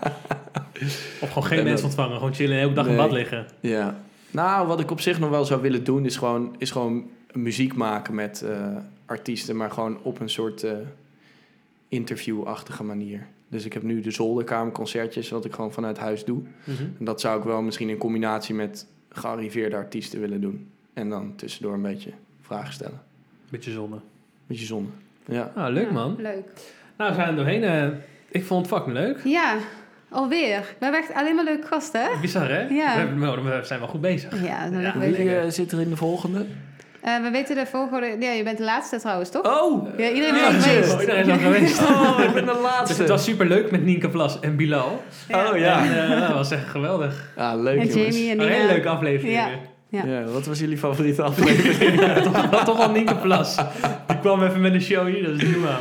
Speaker 1: Of gewoon geen
Speaker 3: En
Speaker 1: mensen
Speaker 3: dat-
Speaker 1: ontvangen. Gewoon chillen en elke dag in
Speaker 3: Nee.
Speaker 1: bad liggen.
Speaker 3: Ja. Nou, wat ik op zich nog wel zou willen doen, is gewoon, is gewoon muziek maken met eh, artiesten, maar gewoon op een soort eh, interviewachtige manier. Dus ik heb nu de zolderkamerconcertjes, wat ik gewoon vanuit huis doe.
Speaker 1: Mhm.
Speaker 3: En dat zou ik wel misschien in combinatie met gearriveerde artiesten willen doen. En dan tussendoor een beetje vragen stellen.
Speaker 1: Beetje zonne.
Speaker 3: Beetje zonde. Ja.
Speaker 1: Nou, leuk
Speaker 2: Ja,
Speaker 1: man.
Speaker 2: Leuk.
Speaker 1: Nou, we zijn er doorheen. Eh, ik vond het fucking leuk.
Speaker 2: Ja, alweer. We hebben echt alleen maar leuke gasten, hè?
Speaker 1: Bizar, hè?
Speaker 2: Ja.
Speaker 1: We, hebben- nou, we zijn wel goed bezig.
Speaker 2: Ja, nou,
Speaker 1: Ja,
Speaker 2: leuk.
Speaker 1: leuk.
Speaker 3: Wie eh, zit er in de volgende?
Speaker 2: Eh, we weten de volgorde. Ja, je bent de laatste trouwens, toch?
Speaker 3: Oh!
Speaker 2: Ja, iedereen
Speaker 1: Ja,
Speaker 2: is
Speaker 1: zo.
Speaker 2: geweest.
Speaker 1: Iedereen is al geweest.
Speaker 3: Oh, ik ben de
Speaker 1: Dus
Speaker 3: laatste.
Speaker 1: het was super leuk met Nienke Vlas en Bilal.
Speaker 3: Oh ja.
Speaker 1: En, eh, dat was echt geweldig.
Speaker 3: Ah, leuk
Speaker 2: en
Speaker 3: jongens.
Speaker 2: Jamie en
Speaker 1: Een hele
Speaker 2: Nina.
Speaker 1: leuke aflevering.
Speaker 2: Ja.
Speaker 1: weer.
Speaker 2: Ja.
Speaker 3: Ja. wat was jullie favoriete aflevering?
Speaker 1: Ja, toch, toch wel Nienke Plas. Die kwam even met een show hier, dat is niet normaal.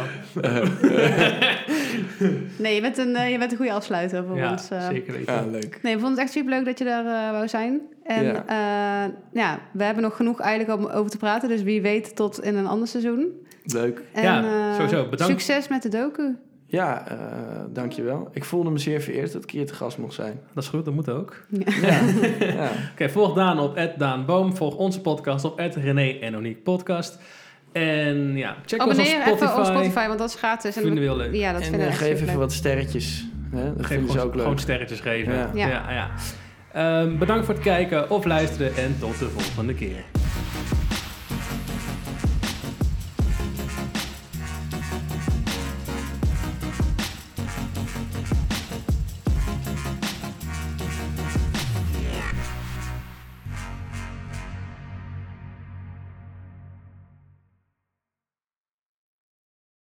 Speaker 2: Nee, je bent een, eh, je bent een goede afsluiter voor
Speaker 1: Ja,
Speaker 2: ons. eh.
Speaker 1: zeker weten.
Speaker 3: ja, leuk.
Speaker 2: Nee, we vonden het echt super leuk dat je daar eh, wou zijn. En ja. ja, we hebben nog genoeg eigenlijk om over te praten. Dus wie weet tot in een ander seizoen.
Speaker 3: Leuk.
Speaker 2: En,
Speaker 1: Ja,
Speaker 2: eh,
Speaker 1: sowieso. Bedankt.
Speaker 2: Succes met de docu.
Speaker 3: Ja, eh, dankjewel. Ik voelde me zeer vereerd dat ik hier te gast mocht zijn.
Speaker 1: Dat is goed, dat moet ook. Oké,
Speaker 3: Ja. ja.
Speaker 1: volg Daan op @daanboom. Volg onze podcast op René en Oniek Podcast. En ja, check ons op
Speaker 2: Abonneer
Speaker 1: Spotify.
Speaker 2: even op Spotify, want dat is gratis. En
Speaker 1: Vinden we heel leuk.
Speaker 2: Ja, dat
Speaker 3: en
Speaker 2: vinden
Speaker 3: eh,
Speaker 2: we echt
Speaker 3: geef even
Speaker 2: superleuk.
Speaker 3: wat sterretjes. Hè? Dat
Speaker 1: Geef
Speaker 3: vinden
Speaker 1: gewoon,
Speaker 3: ze ook leuk.
Speaker 1: gewoon sterretjes geven.
Speaker 3: Ja.
Speaker 1: ja. ja. Ehm, bedankt voor het kijken of luisteren en tot de volgende keer.